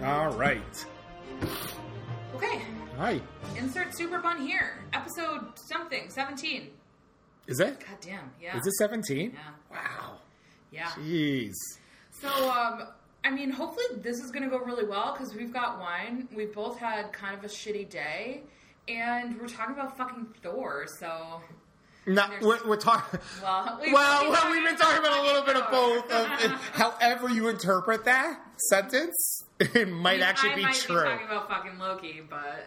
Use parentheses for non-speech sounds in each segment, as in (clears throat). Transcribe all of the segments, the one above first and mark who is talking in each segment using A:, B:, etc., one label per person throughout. A: right.
B: Okay.
A: All right.
B: Insert Super Bun here. Episode something, 17.
A: Is that?
B: God damn, yeah.
A: Is it 17?
B: Yeah.
A: Wow.
B: Yeah.
A: Jeez.
B: So, um, I mean, hopefully this is going to go really well because we've got wine. We both had kind of a shitty day. And we're talking about fucking Thor, so.
A: No,
B: There's-
A: we're, we're talking.
B: Well, (laughs) we've
A: well,
B: been
A: well,
B: talking
A: we've been talking about a little bit of both.
B: about-
A: Of, however, you interpret that sentence, it might actually
B: I
A: be
B: might
A: true.
B: be talking about fucking Loki, but.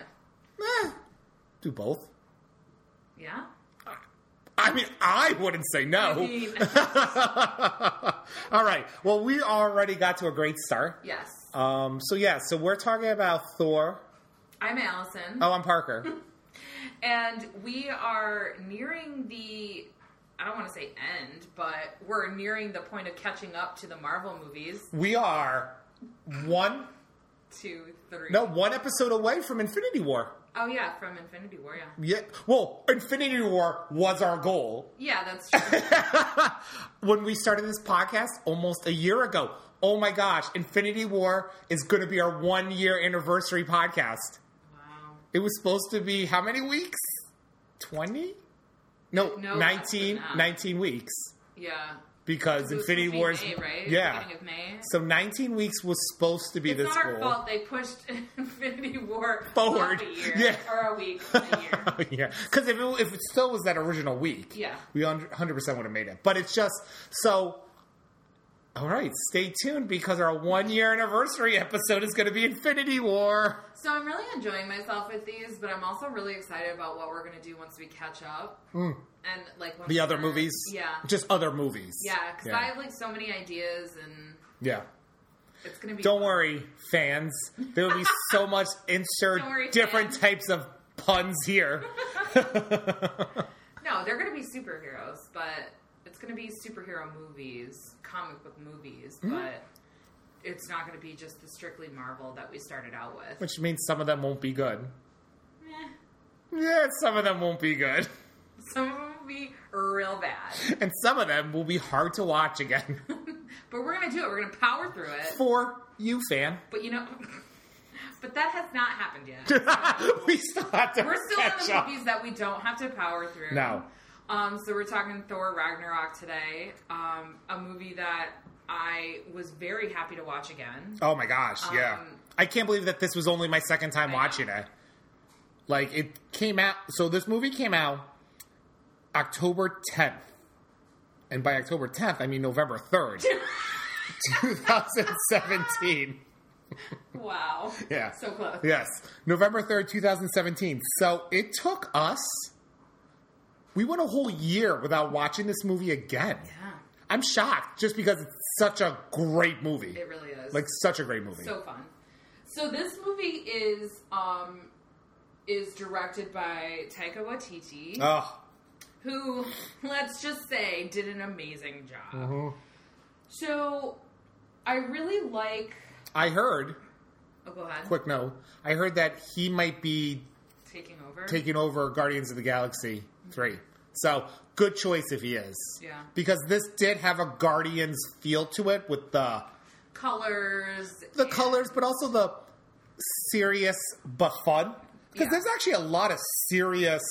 A: Eh, do both.
B: Yeah?
A: I mean, I wouldn't say no.
B: mean-
A: (laughs)
B: (laughs)
A: All right. Well, we already got to a great start.
B: Yes.
A: Um, so yeah, so we're talking about Thor.
B: I'm Allison.
A: Oh, I'm
B: (laughs)
A: Parker.
B: And we are nearing the I don't want to say end, but we're nearing the point of catching up to the Marvel movies.
A: we are one,
B: Two, three.
A: no, one episode away from Infinity War.
B: Oh yeah, from Infinity War, yeah.
A: Yeah. Well, Infinity War was our goal. (laughs)
B: Yeah, that's true.
A: when we started this podcast almost a year ago. Oh my gosh, Infinity War is going to be our one year anniversary podcast.
B: wow.
A: It was supposed to be how many weeks? 20? No,
B: No, less
A: 19,
B: than that.
A: 19 weeks
B: Yeah.
A: because
B: It was
A: Infinity
B: supposed
A: War
B: to
A: is.
B: be May, right?
A: Yeah.
B: Beginning of May.
A: So 19 weeks was supposed to be
B: it's
A: this
B: not our
A: goal.
B: fault they pushed (laughs) Infinity War
A: Forward.
B: up a year
A: Yeah.
B: or a week, a year.
A: (laughs) yeah, because if it, if it still was that original week,
B: Yeah.
A: we hundred percent would have made it. But it's just so. All right, stay tuned because our one year anniversary episode is going to be Infinity War.
B: So I'm really enjoying myself with these, but I'm also really excited about what we're gonna do once we catch up. And like when
A: Hmm. The
B: we
A: other
B: start-
A: movies,
B: Yeah.
A: just other movies.
B: Yeah, because
A: yeah.
B: I have like so many ideas, and
A: yeah.
B: it's gonna be.
A: Don't worry, fans. There
B: (laughs)
A: will be so much insert
B: Don't worry,
A: different
B: fans.
A: types of puns here.
B: No, they're gonna be superheroes, but it's gonna be superhero movies, comic book movies,
A: Mm-hmm.
B: but it's not gonna be just the strictly Marvel that we started out with.
A: Which means some of them won't be good.
B: Eh,
A: Yeah, some of them won't be good.
B: (laughs) some of them will be real bad,
A: And some of them will be hard to watch again. (laughs)
B: but we're gonna do it. We're gonna power through it.
A: For you, fan.
B: But you know, (laughs) but that has not
A: (laughs)
B: happened yet.
A: we still have to
B: We're still
A: catch
B: in the
A: up.
B: movies that we don't have to power through.
A: No.
B: Um, so we're talking Thor Ragnarok today, um, a movie that I was very happy to watch again.
A: Oh my gosh, yeah.
B: Um,
A: I can't believe that this was only my second time
B: know.
A: watching it. Like it came out so this movie came out October 10th. And by October 10th, I mean November
B: (laughs)
A: 3rd. 2017.
B: Wow.
A: Oh. Yeah.
B: So close.
A: Yes. November 3rd, 2017. So it took us we went a whole year without watching this movie again.
B: Yeah,
A: I'm shocked just because it's such a great movie.
B: it really is.
A: Like such a great movie.
B: so fun. So this movie is um is directed by Taika Waititi,
A: oh,
B: who let's just say did an amazing job.
A: Mm.
B: So I really like.
A: I heard
B: Oh, go ahead.
A: quick note. I heard that he might be
B: Taking over.
A: taking over Guardians of the Galaxy three. So good choice if he is.
B: Yeah.
A: Because this did have a Guardians feel to it with the
B: colors.
A: the
B: and-
A: colors, but also the serious but fun. Because
B: Yeah.
A: there's actually a lot of serious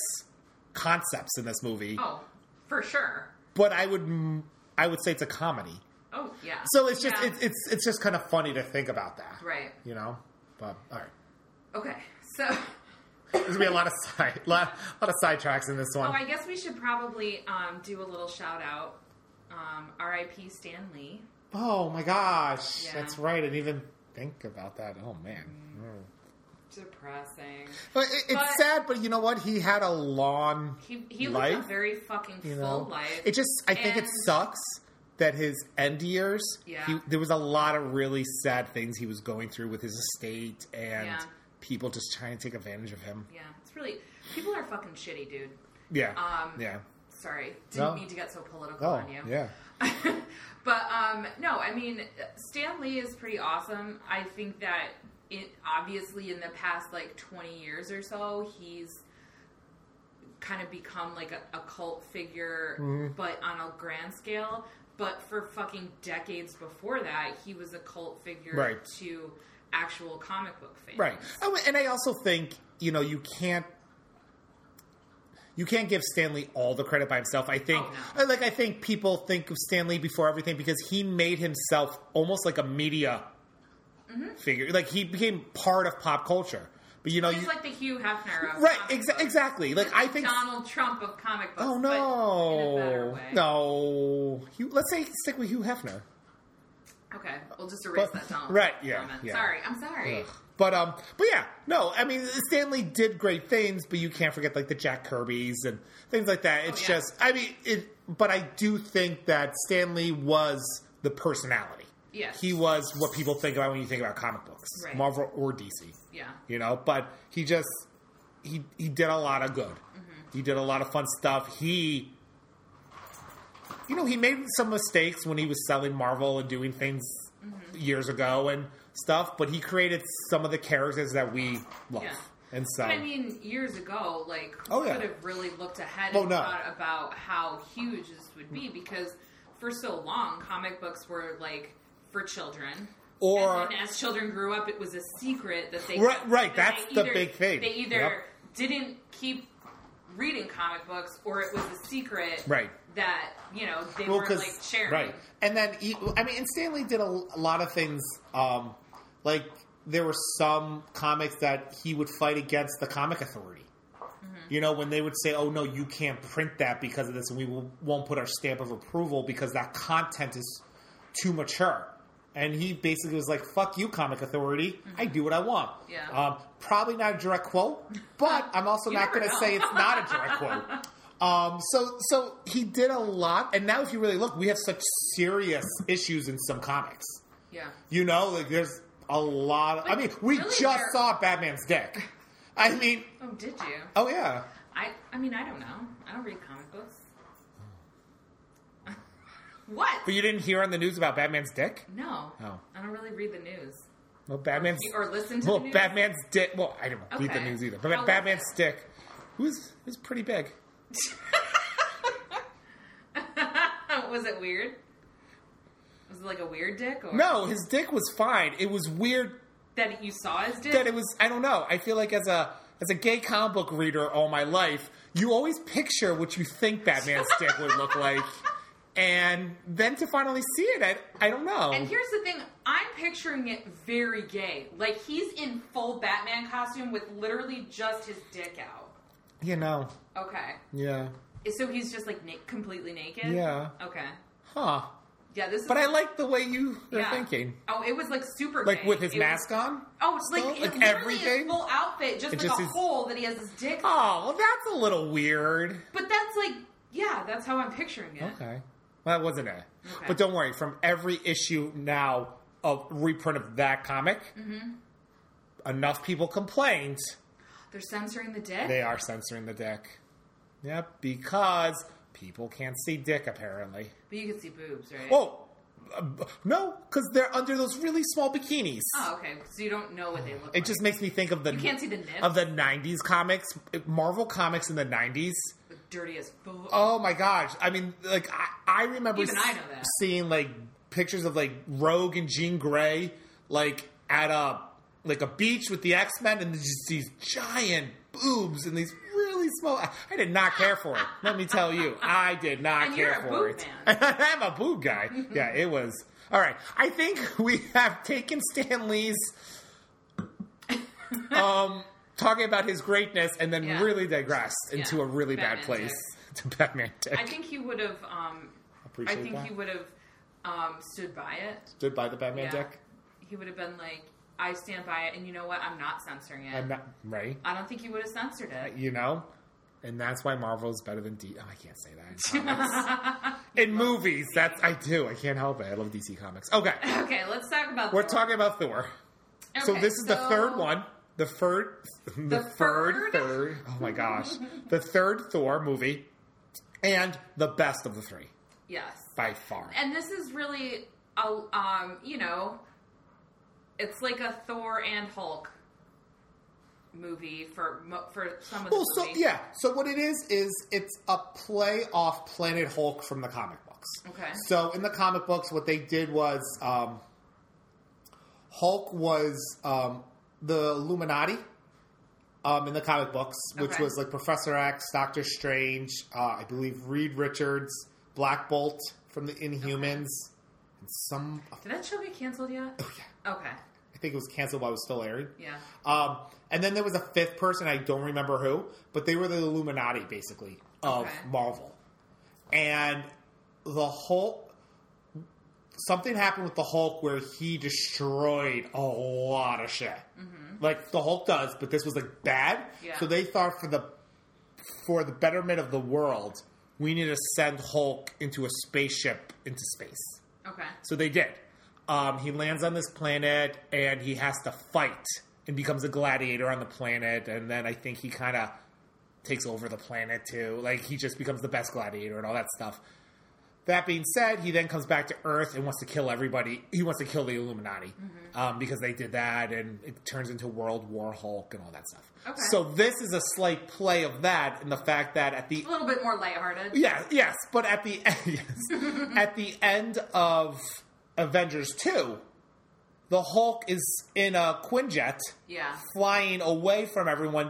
A: concepts in this movie.
B: Oh, for sure.
A: But I would m- I would say it's a comedy.
B: Oh yeah.
A: So it's just
B: Yeah.
A: it's it's it's just kind of funny to think about that.
B: right.
A: You know? But all right.
B: Okay. So,
A: There's gonna be a lot of side, lot, lot of sidetracks in this
B: oh,
A: one.
B: I guess we should probably um, do a little shout out. Um, R.I.P. Stan Lee.
A: Oh my gosh,
B: Yeah.
A: that's right. I didn't even think about that. Oh man, Mm.
B: Depressing.
A: but it, it's
B: But-
A: sad. But you know what? He had a long,
B: He he lived
A: Life?
B: a very fucking
A: you
B: full
A: know.
B: life.
A: It just, I think it
B: And-
A: sucks that his end years.
B: Yeah.
A: he, there was a lot of really sad things he was going through with his estate and
B: Yeah.
A: people just trying to take advantage of him.
B: yeah, it's really people are fucking shitty, dude.
A: Yeah,
B: Um,
A: yeah.
B: Sorry,
A: No.
B: didn't mean to get so political
A: Oh,
B: on you.
A: yeah.
B: but um, no, I mean, Stan Lee is pretty awesome. I think that it, obviously in the past like 20 years or so, he's kind of become like a, a cult figure,
A: Mm-hmm.
B: but on a grand scale. But for fucking decades before that, he was a cult figure
A: Right.
B: to actual comic book fans.
A: Right. Oh, and I also think you know you can't you can't give Stanley all the credit by himself. I think
B: Oh,
A: like I think people think of Stanley before everything because he made himself almost like a media
B: Mm-hmm.
A: figure. Like he became part of pop culture. But you know,
B: He's
A: Oh, you,
B: like the Hugh Hefner of
A: right?
B: comic
A: Exa-
B: books.
A: exactly. Like I think.
B: Donald Trump of comic books.
A: Oh
B: but in a better
A: no,
B: way.
A: no. Hugh, let's say stick with Hugh Hefner.
B: Okay, we'll just erase
A: But-
B: that Donald.
A: right,
B: Trump
A: yeah,
B: comment.
A: yeah.
B: Sorry, I'm sorry.
A: Ugh. But um, but yeah, no. I mean, Stanley did great things, but you can't forget like the Jack Kirby's and things like that. It's
B: Oh, yeah.
A: just, I mean, it. But I do think that Stanley was the personality.
B: Yes.
A: he was what people think about when you think about comic books,
B: Right.
A: Marvel or DC.
B: Yeah.
A: You know, but he just he he did a lot of good.
B: Mm-hmm.
A: He did a lot of fun stuff. He. You know, he made some mistakes when he was selling Marvel and doing things
B: Mm-hmm.
A: years ago and stuff, but he created some of the characters that we love.
B: Yeah.
A: And so,
B: But I mean, years ago, like, who
A: Oh, yeah.
B: could have really looked ahead
A: Oh,
B: and
A: no.
B: thought about how huge this would be? Because for so long, comic books were like for children.
A: Or-
B: and then as children grew up, it was a secret that they
A: Right- right,
B: that
A: that's
B: they
A: the big thing.
B: They either
A: Yep.
B: didn't keep reading comic books, or it was a secret
A: Right.
B: that you know they
A: Well,
B: weren't
A: 'cause-
B: like sharing.
A: Right. And then, he, I mean, and Stanley did a, a lot of things. Um, like, there were some comics that he would fight against the comic authority.
B: Mm-hmm.
A: You know, when they would say, oh, no, you can't print that because of this, and we will, won't put our stamp of approval because that content is too mature. And he basically was like, fuck you, comic authority. I do what I want.
B: Mm-hmm. Yeah.
A: Um, probably not a direct quote,
B: (laughs)
A: but I'm also
B: You
A: not
B: never
A: going to
B: know.
A: say it's not a
B: (laughs)
A: direct quote. Um, so so he did a lot, and now if you really look, we have such serious issues in some comics.
B: Yeah.
A: You know, like there's a lot. I
B: But
A: mean, we
B: really
A: just
B: there-
A: saw Batman's dick. I mean,
B: Oh, did you?
A: oh yeah,
B: I I mean I don't know. I don't read comic books. (laughs) what?
A: but you didn't hear on the news about Batman's dick.
B: No.
A: Oh.
B: I don't really read the news (laughs)
A: Well, Batman's
B: or listen to
A: well,
B: the news.
A: Batman's dick. Well, I didn't read the
B: Okay.
A: news either,
B: How
A: but
B: was
A: Batman's
B: it?
A: dick was was pretty big.
B: was it weird? Was it like a weird dick or
A: No, his dick was fine. It was weird
B: that you saw his dick?
A: that it was I don't know. I feel like as a as a gay comic book reader all my life, you always picture what you think
B: (laughs)
A: Batman's dick would look like. And then to finally see it, I, I don't know.
B: and here's the thing, I'm picturing it very gay. Like he's in full Batman costume with literally just his dick out.
A: you know.
B: Okay.
A: Yeah.
B: So he's just like na- completely naked?
A: Yeah.
B: Okay.
A: Huh.
B: Yeah, this is
A: But I like the way you are
B: Yeah.
A: thinking.
B: Oh, it was like super.
A: Like
B: gay.
A: with his
B: It
A: mask
B: was,
A: on?
B: Oh, it's like,
A: Still?
B: it's
A: Like
B: literally
A: everything?
B: His full outfit, just
A: It
B: like
A: just
B: a
A: is-
B: hole that he has his dick.
A: Oh, well, that's a little weird.
B: But that's like, yeah, that's how I'm picturing it.
A: Okay. Well, that wasn't it.
B: Okay.
A: But don't worry, from every issue now of reprint of that comic,
B: Mm-hmm.
A: enough people complained
B: They're censoring the dick.
A: They are censoring the dick. Yep, because people can't see dick apparently.
B: but you can see boobs, right?
A: Oh, uh, b- no, because they're under those really small bikinis.
B: Oh, okay. So you don't know what they look like.
A: It just makes me think of the
B: You can't see the nips.
A: of the '90s comics, Marvel comics in the '90s.
B: dirty as fuck.
A: Oh my gosh! I mean, like I, I remember
B: Even I know that.
A: seeing like pictures of like Rogue and Jean Grey like at a like a beach with the X Men, and just these giant boobs and these really small. I, I did not care for it. Let me tell
B: (laughs)
A: you, I did not
B: And you're
A: care
B: a
A: for
B: boob
A: it.
B: man.
A: (laughs) I'm a boob guy. Yeah, it was all right. I think (laughs) we have taken Stan
B: (laughs)
A: Lee's um talking about his greatness and then
B: Yeah.
A: really digressed into
B: Yeah.
A: a really bad
B: Batman
A: place to Batman Dick.
B: I think he would have. Um, I
A: Appreciate
B: think
A: that.
B: he would have um, stood by it.
A: Stood by the Batman
B: Yeah.
A: Dick.
B: He would have been like, I stand by it, and you know what? I'm not censoring it.
A: I'm not right.
B: I don't think he would have censored it.
A: You know, and that's why Marvel's better than D. Oh, I can't say that. in
B: (laughs)
A: comics. In movies, that's I do. I can't help it. I love DC Comics. Okay,
B: (laughs) Okay, let's talk about.
A: we're
B: Thor.
A: talking about Thor. so
B: Okay,
A: this is the third
B: so-
A: one. The third, the, third,
B: third?
A: third. Oh my
B: (laughs)
A: gosh, the third Thor movie, and the best of the three
B: Yes.
A: by far.
B: and this is really a um you know it's like a thor and hulk movie for mo- for some of the
A: Well, so
B: movies.
A: yeah. So what it is is it's a play off Planet Hulk from the comic books.
B: Okay.
A: So in the comic books, what they did was um, Hulk was um, the Illuminati um, in the comic books, which
B: Okay.
A: was like Professor X, Doctor Strange, uh, I believe Reed Richards, Black Bolt from the Inhumans, and some.
B: Did that show get canceled yet?
A: Oh,
B: Okay.
A: I think it was canceled while it was still airing.
B: Yeah.
A: Um, and then there was a fifth person, I don't remember who, but they were the Illuminati, basically, of
B: Okay.
A: Marvel. And the Hulk, something happened with the Hulk where he destroyed a lot of shit. Like the Hulk does, but this was like bad.
B: Mm-hmm. Yeah.
A: So they thought for the for the betterment of the world, we need to send Hulk into a spaceship into space.
B: Okay.
A: So they did. Um, he lands on this planet and he has to fight and becomes a gladiator on the planet. And then I think he kind of takes over the planet too. Like he just becomes the best gladiator and all that stuff. That being said, he then comes back to Earth and wants to kill everybody. He wants to kill the Illuminati um, because they did that, and it turns into World War Hulk and all that stuff.
B: Okay.
A: So this is a slight play of that, and the fact that at the
B: A little bit more lighthearted.
A: yeah, yes, but at the (laughs) end, yes. at the end of Avengers two, the Hulk is in a Quinjet
B: Yeah.
A: flying away from everyone.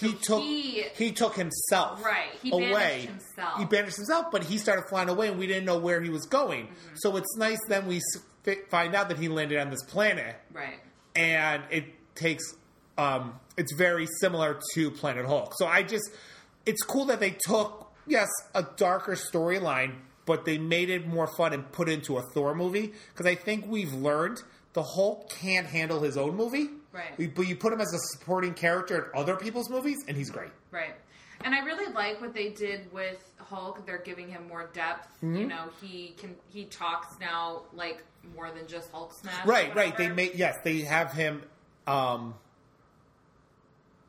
A: He took
B: he-
A: he, took himself
B: Right, he
A: away.
B: banished himself.
A: He banished himself, but he started flying away, and we didn't know where he was going.
B: Mm-hmm.
A: So it's nice then we s- fi- find out that he landed on this planet,
B: Right.
A: and it takes um it's very similar to Planet Hulk. So I just it's cool that they took yes, a darker storyline, but they made it more fun and put into a Thor movie because I think we've learned the Hulk can't handle his own movie.
B: Right.
A: We- But you put him as a supporting character in other people's movies and he's great.
B: Right. And I really like what they did with Hulk. They're giving him more depth.
A: Mm-hmm.
B: You know, he can he talks now like more than just Hulk smash. or
A: Right, right. They
B: whatever.
A: made yes, they have him um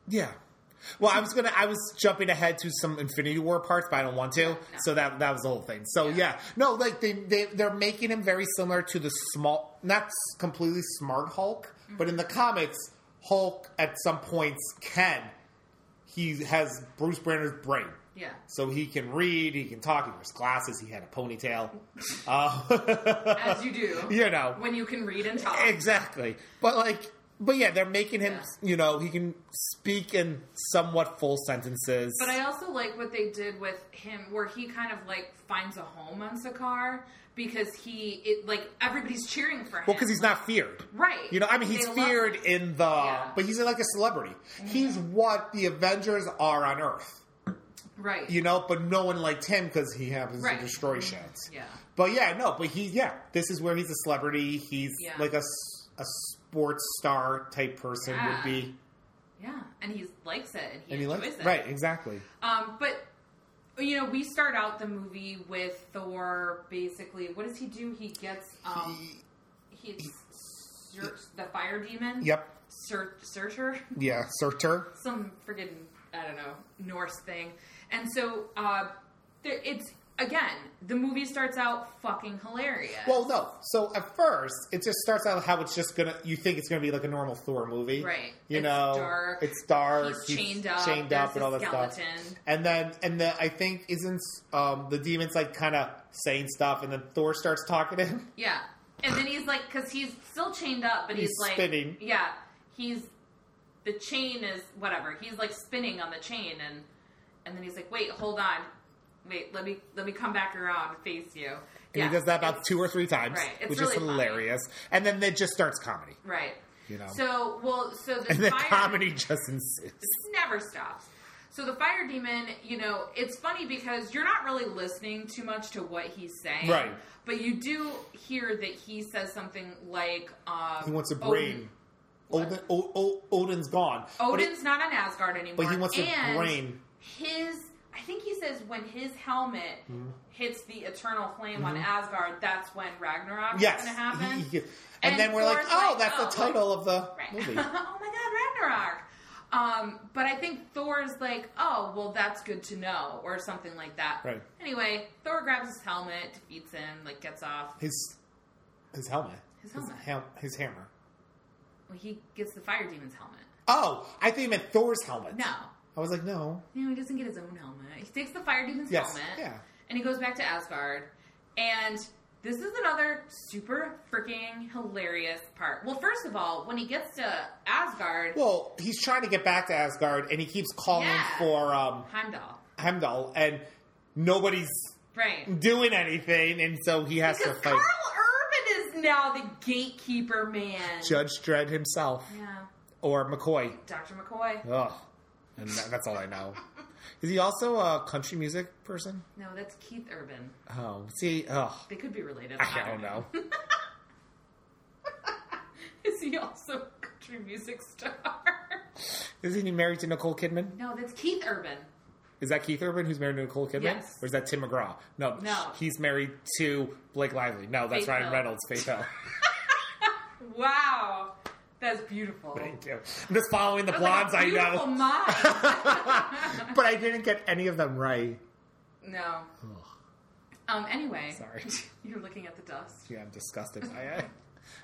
A: Yeah. Well, I was gonna I was jumping ahead to some Infinity War parts, but I don't want to. So that that was the whole thing. So yeah. No, like they, they they're making him very similar to the small not s- completely smart Hulk, but in the comics, Hulk at some points can he has Bruce Banner's brain.
B: Yeah.
A: So he can read, he can talk, he wears glasses, he had a ponytail. Uh,
B: As you do.
A: (laughs) you know.
B: When you can read and talk.
A: Exactly. But like but yeah, they're making him,
B: Yeah.
A: you know, he can speak in somewhat full sentences.
B: But I also like what they did with him, where he kind of like finds a home on Sakaar because he, it, like everybody's cheering for him.
A: well, because he's not feared.
B: right.
A: You know, I mean,
B: They
A: he's
B: love-
A: feared in the,
B: Yeah. Mm-hmm.
A: but he's like a celebrity. He's what the Avengers are on Earth,
B: right.
A: you know. But no one liked him because he happens
B: Right. Mm-hmm.
A: to destroy shit.
B: yeah.
A: But yeah, no. But he, yeah, this is where he's a celebrity. He's
B: Yeah.
A: like a, s- a sports star type person
B: Yeah.
A: would be,
B: Yeah. And he likes it and he
A: and he
B: enjoys
A: likes
B: it.
A: right, exactly.
B: Um, but you know, we start out the movie with Thor. Basically, what does he do? He gets um,
A: He-
B: he, Sur- the fire demon.
A: yep,
B: Sur- Surtur,
A: yeah, Surtur.
B: some friggin' I don't know Norse thing. And so, uh, there, it's again the movie starts out fucking hilarious.
A: Well, no. So at first, it just starts out how it's just gonna. You think it's gonna be like a normal Thor movie,
B: Right.
A: You
B: It's
A: know,
B: dark.
A: It's dark.
B: He's chained up.
A: chained
B: There's
A: up, and all
B: a
A: that stuff.
B: skeleton.
A: And then, and then I think isn't um, the demons like kind of saying stuff, and then Thor starts talking to him.
B: Yeah. And then he's like, because he's still chained up, but he's,
A: He's
B: like,
A: spinning.
B: Yeah, he's the chain is whatever. He's like spinning on the chain, and and then he's like, wait, hold on, wait, let me let me come back around and face you.
A: And
B: yeah,
A: he does that about
B: it's-
A: two or three times,
B: right. It's
A: which is
B: really funny.
A: hilarious. And then it just starts comedy,
B: Right.
A: you know.
B: So well, so the
A: and then
B: fire-
A: comedy just ensues.
B: This never stops. So the fire demon, you know, it's funny because you're not really listening too much to what he's saying,
A: Right.
B: But you do hear that he says something like, um,
A: He wants a
B: "Oh,
A: brain. Odin, o, o, Odin's gone. But it-
B: Odin's not on Asgard anymore.
A: But he wants a
B: and
A: brain.
B: His, I think he says when his helmet
A: Hmm.
B: hits the eternal flame on Asgard, that's when Ragnarok
A: Yes.
B: is going to happen.
A: He- he- and,
B: And
A: then we're like,
B: Thor's
A: oh,
B: like,
A: that's
B: oh,
A: the title of the
B: Right.
A: movie.
B: (laughs) oh my God, Ragnarok. Um, but I think Thor's like, oh, well, that's good to know, or something like that.
A: Right.
B: Anyway, Thor grabs his helmet, defeats him, like gets off.
A: His his helmet.
B: His helmet.
A: ham- his hammer.
B: Well, he gets the fire demon's helmet.
A: Oh, I think you meant Thor's helmet.
B: No,
A: I was like, no.
B: no, he doesn't get his own helmet. He takes the fire demon's
A: Yes.
B: helmet.
A: Yeah.
B: and he goes back to Asgard, and This is another super freaking hilarious part. Well, first of all, when he gets to Asgard,
A: Well, he's trying to get back to Asgard, and he keeps calling
B: Yeah.
A: for um,
B: Heimdall,
A: Heimdall, and nobody's
B: right?
A: doing anything, and so he has
B: Because
A: to fight
B: Carl Urban is now the gatekeeper man.
A: Judge Dredd himself
B: yeah,
A: or McCoy.
B: Dr. McCoy.
A: Ugh, and that, that's all I know. Is he also a country music person?
B: No, that's Keith Urban.
A: Oh, see, ugh,
B: They could be related.
A: I don't know.
B: (laughs) Is he also a country music star? (laughs)
A: Isn't he married to Nicole Kidman?
B: no, that's Keith Urban.
A: Is that Keith Urban who's married to Nicole Kidman?
B: Yes.
A: Or is that Tim McGraw? No,
B: No.
A: he's married to Blake Lively. No, that's
B: Faith
A: Ryan
B: Hill.
A: Reynolds. Faith
B: (laughs)
A: Hill.
B: Wow, that's beautiful.
A: Thank you. I'm just following the
B: That was
A: blondes
B: like a
A: I know.
B: beautiful
A: (laughs)
B: mind.
A: but I didn't get any of them right.
B: no. Um. Anyway,
A: Sorry.
B: (laughs) You're looking at the dust.
A: Yeah, I'm disgusted by it.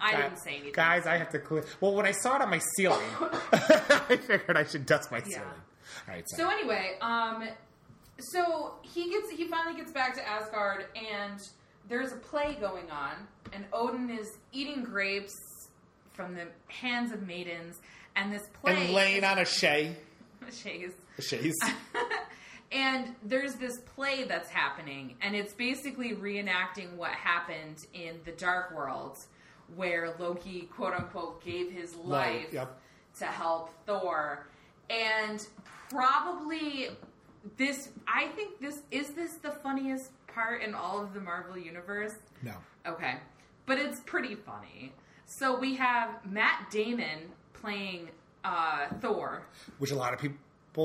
B: I didn't say anything.
A: Guys, I have to clear. Well, when I saw it on my ceiling,
B: (laughs)
A: (laughs) I figured I should dust my
B: Yeah.
A: ceiling. All right,
B: So
A: so.
B: anyway, um, so he gets he finally gets back to Asgard, and there's a play going on, and Odin is eating grapes from the hands of maidens, and this play
A: and laying on a shay.
B: (laughs) Chase. (laughs)
A: Shays.
B: and there's this play that's happening, and it's basically reenacting what happened in the Dark World, where Loki, quote unquote, gave his life
A: yep.
B: to help Thor. And probably this, I think this is this the funniest part in all of the Marvel Universe?
A: No.
B: Okay. But it's pretty funny. So we have Matt Damon playing uh, Thor.
A: Which a lot of people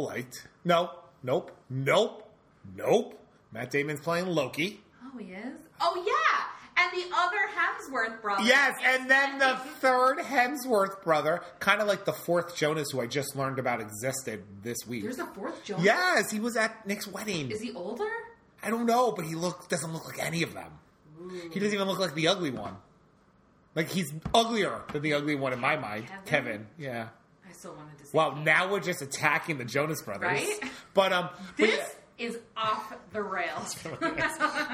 A: liked. No. Nope. Nope. Nope. Matt Damon's playing Loki.
B: Oh, he is? Oh, yeah! And the other Hemsworth brother.
A: Yes,
B: is
A: and then the
B: Matt
A: third Hemsworth brother, kind of like the fourth Jonas who I just learned about existed this week.
B: There's a fourth Jonas.
A: Yes, he was at Nick's wedding.
B: Is he older?
A: I don't know, but he look doesn't look like any of them. He doesn't even look like the ugly one. Like he's uglier than the ugly one in my mind, Kevin.
B: Kevin?
A: Yeah.
B: I still wanted to say.
A: Wow. Now we're just attacking the Jonas Brothers,
B: Right?
A: But um, but
B: This
A: yeah-
B: is off the rails.
A: (laughs)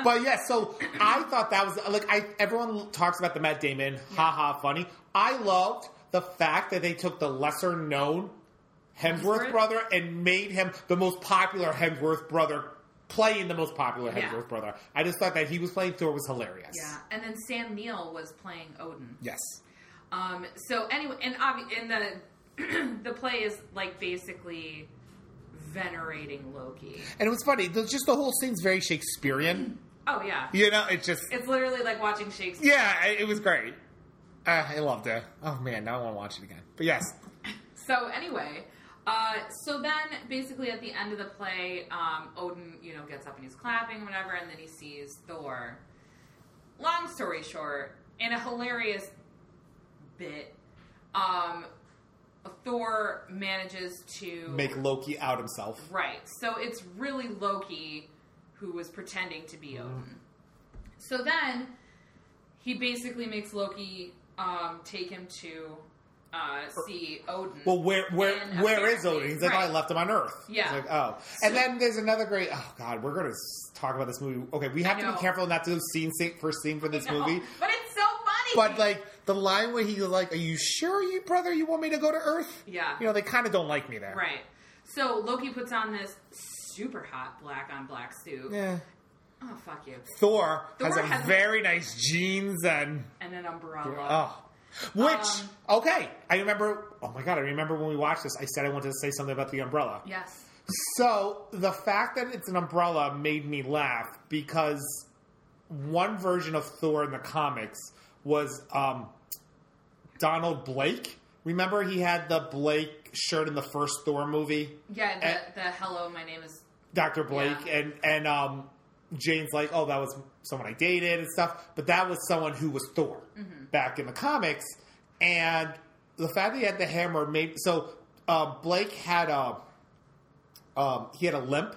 A: but yeah, so I thought that was like I everyone talks about the Matt Damon, haha, funny. I loved the fact that they took the lesser known Hemsworth
B: Hemsworth?
A: brother and made him the most popular Hemsworth brother, playing the most popular Hemsworth
B: Yeah.
A: brother. I just thought that he was playing Thor was hilarious.
B: (laughs) yeah, and then Sam Neill was playing Odin.
A: Yes.
B: Um. So anyway, and obvi- and the (clears throat) the play is like basically venerating Loki.
A: And it was funny. The, just the whole scene's very Shakespearean.
B: Oh yeah,
A: You know, it just
B: it's literally like watching Shakespeare.
A: yeah, I- it was great. Uh, I loved it. Oh man, now I want to watch it again. But yes,
B: So anyway, uh, so then basically at the end of the play, um, Odin, you know, gets up and he's clapping, whatever, and then he sees Thor. Long story short, in a hilarious bit, um, Thor manages to
A: make Loki out himself.
B: right. So it's really Loki who was pretending to
A: Mm-hmm.
B: be Odin. So then he basically makes Loki um, take him to uh, see Odin.
A: Well, where where
B: And
A: where is
B: apparently-
A: Odin? He's like, oh, I
B: right.
A: left him on Earth.
B: Yeah.
A: It's like, oh, and then there's another great. Oh God, we're going to talk about this movie. Okay, we have to
B: know.
A: be careful not to do scene scene first scene for this
B: No,
A: movie.
B: (laughs) But it's so funny.
A: But like the line where he's like, "Are you sure, you brother, you want me to go to Earth?"
B: Yeah.
A: You know, they kind of don't like me there.
B: right. So Loki puts on this super hot black on black suit.
A: Yeah.
B: Oh fuck you.
A: Thor,
B: Thor
A: has a
B: has-
A: very nice jeans and
B: And an umbrella.
A: oh, which
B: Um,
A: okay. I remember. Oh my God, I remember when we watched this. I said I wanted to say something about the umbrella.
B: Yes.
A: So the fact that it's an umbrella made me laugh because one version of Thor in the comics was um, Donald Blake. Remember, he had the Blake shirt in the first Thor movie,
B: Yeah, the,
A: And-
B: the hello, my name is
A: Doctor Blake,
B: Yeah.
A: and and um, Jane's like, "Oh, that was someone I dated and stuff," but that was someone who was Thor back in the comics, and the fact that he had the hammer made so um, Blake had a um, he had a limp,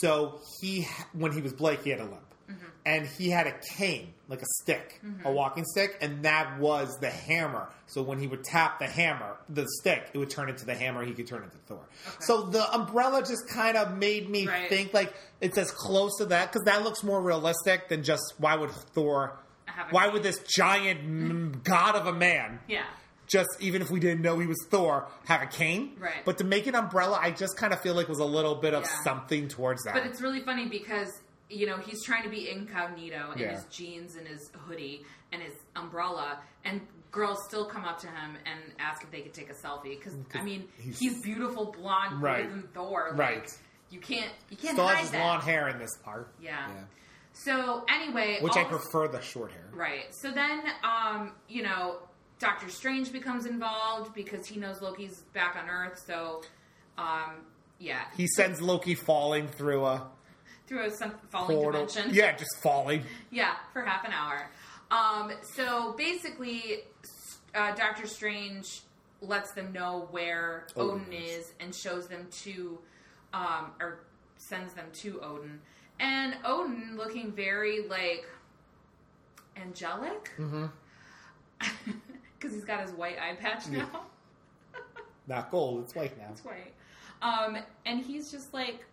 A: so he when he was Blake he had a limp.
B: Mm-hmm.
A: and he had a cane, like a stick, a walking stick, and that was the hammer. So when he would tap the hammer, the stick, it would turn into the hammer. He could turn into Thor. So the umbrella just kind of made me
B: Right.
A: think like it's as close to that because that looks more realistic than just why would Thor.
B: Have a
A: Why
B: cane.
A: would this giant mm, god of a man
B: Yeah.
A: just even if we didn't know he was Thor, have a cane.
B: Right.
A: But to make an umbrella, I just kind of feel like was a little bit of
B: Yeah.
A: something towards that.
B: But it's really funny because you know he's trying to be incognito in
A: Yeah.
B: his jeans and his hoodie and his umbrella, and girls still come up to him and ask if they could take a selfie because I mean
A: he's-
B: he's, beautiful blonde,
A: Right.
B: right? Than Thor, like,
A: Right.
B: You can't you can't
A: Still
B: hide
A: has his
B: that.
A: long hair in this part.
B: Yeah. So anyway,
A: Which I
B: all-
A: prefer the short hair.
B: Right. So then, um, you know, Doctor Strange becomes involved because he knows Loki's back on Earth. So, um, yeah,
A: He sends Loki falling through a
B: through a some falling
A: portal.
B: dimension.
A: Yeah, just falling.
B: Yeah, for half an hour. Um, so basically, s- uh, Doctor Strange lets them know where
A: Odin
B: Odin,
A: is.
B: is. and shows them to, um, or sends them to Odin. And Odin, looking very like angelic,
A: Mm-hmm.
B: (laughs) because he's got his white eye patch now. (laughs)
A: Not gold, it's white now.
B: It's white, um, and he's just like,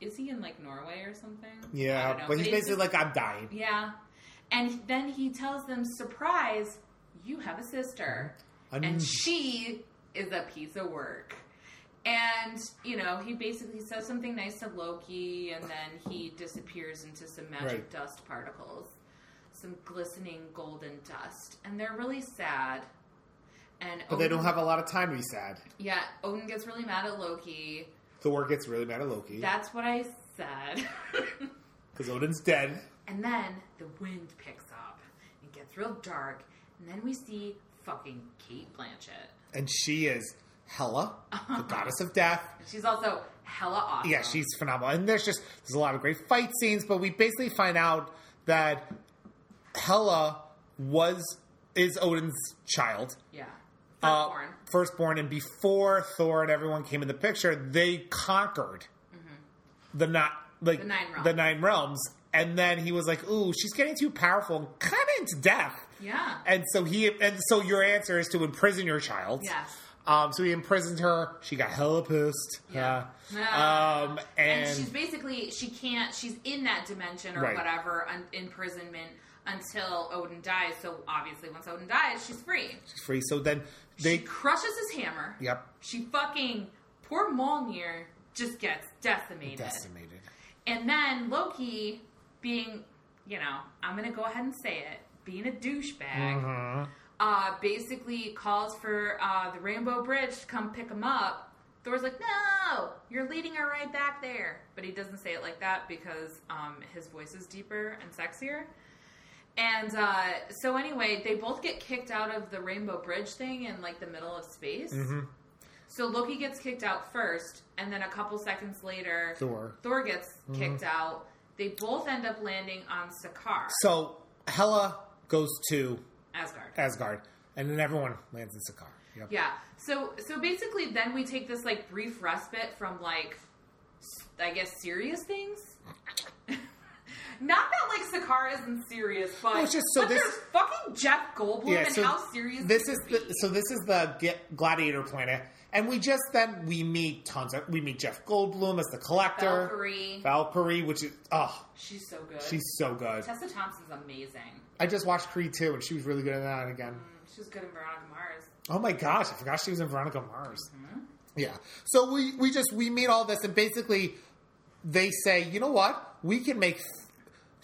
B: is he in like Norway or something? I
A: Yeah,
B: don't know,
A: but he's
B: just-
A: basically like, I'm dying.
B: yeah. And then he tells them, surprise, you have a sister.
A: I'm-
B: And she is a piece of work. And, you know, he basically says something nice to Loki, and then he disappears into some magic
A: Right.
B: dust particles, some glistening golden dust. And they're really sad. And
A: But they don't have a lot of time to be sad.
B: Yeah, Odin gets really mad at Loki.
A: Thor gets really mad at Loki
B: That's what I said. (laughs)
A: because Odin's dead.
B: And then the wind picks up. It gets real dark. And then we see fucking Kate Blanchett.
A: And she is Hela, the
B: (laughs)
A: goddess of death.
B: And she's also hella awesome.
A: Yeah, she's phenomenal. And there's just there's a lot of great fight scenes, but we basically find out that Hela was is Odin's child.
B: Yeah.
A: uh,
B: Firstborn.
A: firstborn, and before Thor and everyone came in the picture, they conquered the not like
B: Mm-hmm. The nine realms.
A: the nine realms. And then he was like, "Ooh, she's getting too powerful, and kind of into death."
B: yeah.
A: And so he, and so your answer is to imprison your child.
B: Yes.
A: Um, so he imprisoned her. She got hella pissed.
B: Yeah.
A: Uh, um, and,
B: and, she's basically she can't she's in that dimension or
A: Right.
B: whatever un- imprisonment until Odin dies. So obviously once Odin dies, she's free.
A: she's free. So then they,
B: she crushes his hammer.
A: yep,
B: She fucking poor Mjolnir just gets decimated.
A: decimated.
B: And then Loki, being, you know, I'm going to go ahead and say it, being a douchebag, uh, basically calls for uh, the Rainbow Bridge to come pick him up. Thor's like, no, you're leading her right back there. But he doesn't say it like that because um, his voice is deeper and sexier. And uh, so, anyway, they both get kicked out of the Rainbow Bridge thing in like the middle of space. So Loki gets kicked out first, and then a couple seconds later,
A: Thor.
B: Thor gets
A: Mm-hmm.
B: kicked out. They both end up landing on Sakaar,
A: So Hela goes to
B: Asgard.
A: Asgard, and then everyone lands in Sakaar. Yep.
B: Yeah. So so basically, then we take this like brief respite from like, s- I guess serious things. (laughs) Not that like Sakaar isn't serious, but
A: it's just so
B: but
A: this-
B: there's fucking Jeff Goldblum
A: Yeah,
B: and
A: so
B: how serious
A: this
B: he
A: is
B: could
A: the,
B: be.
A: so this is the Ge- gladiator planet and we just then we meet tons of we meet jeff goldblum as the collector
B: Valkyrie.
A: valkyrie which is oh
B: She's so good.
A: she's so good
B: Tessa Thompson's amazing.
A: i just watched creed 2 and she was really good in that again
B: Mm, She's good in Veronica Mars.
A: oh my gosh i forgot she was in veronica mars
B: Mm-hmm.
A: yeah so we we just we meet all this and basically they say you know what we can make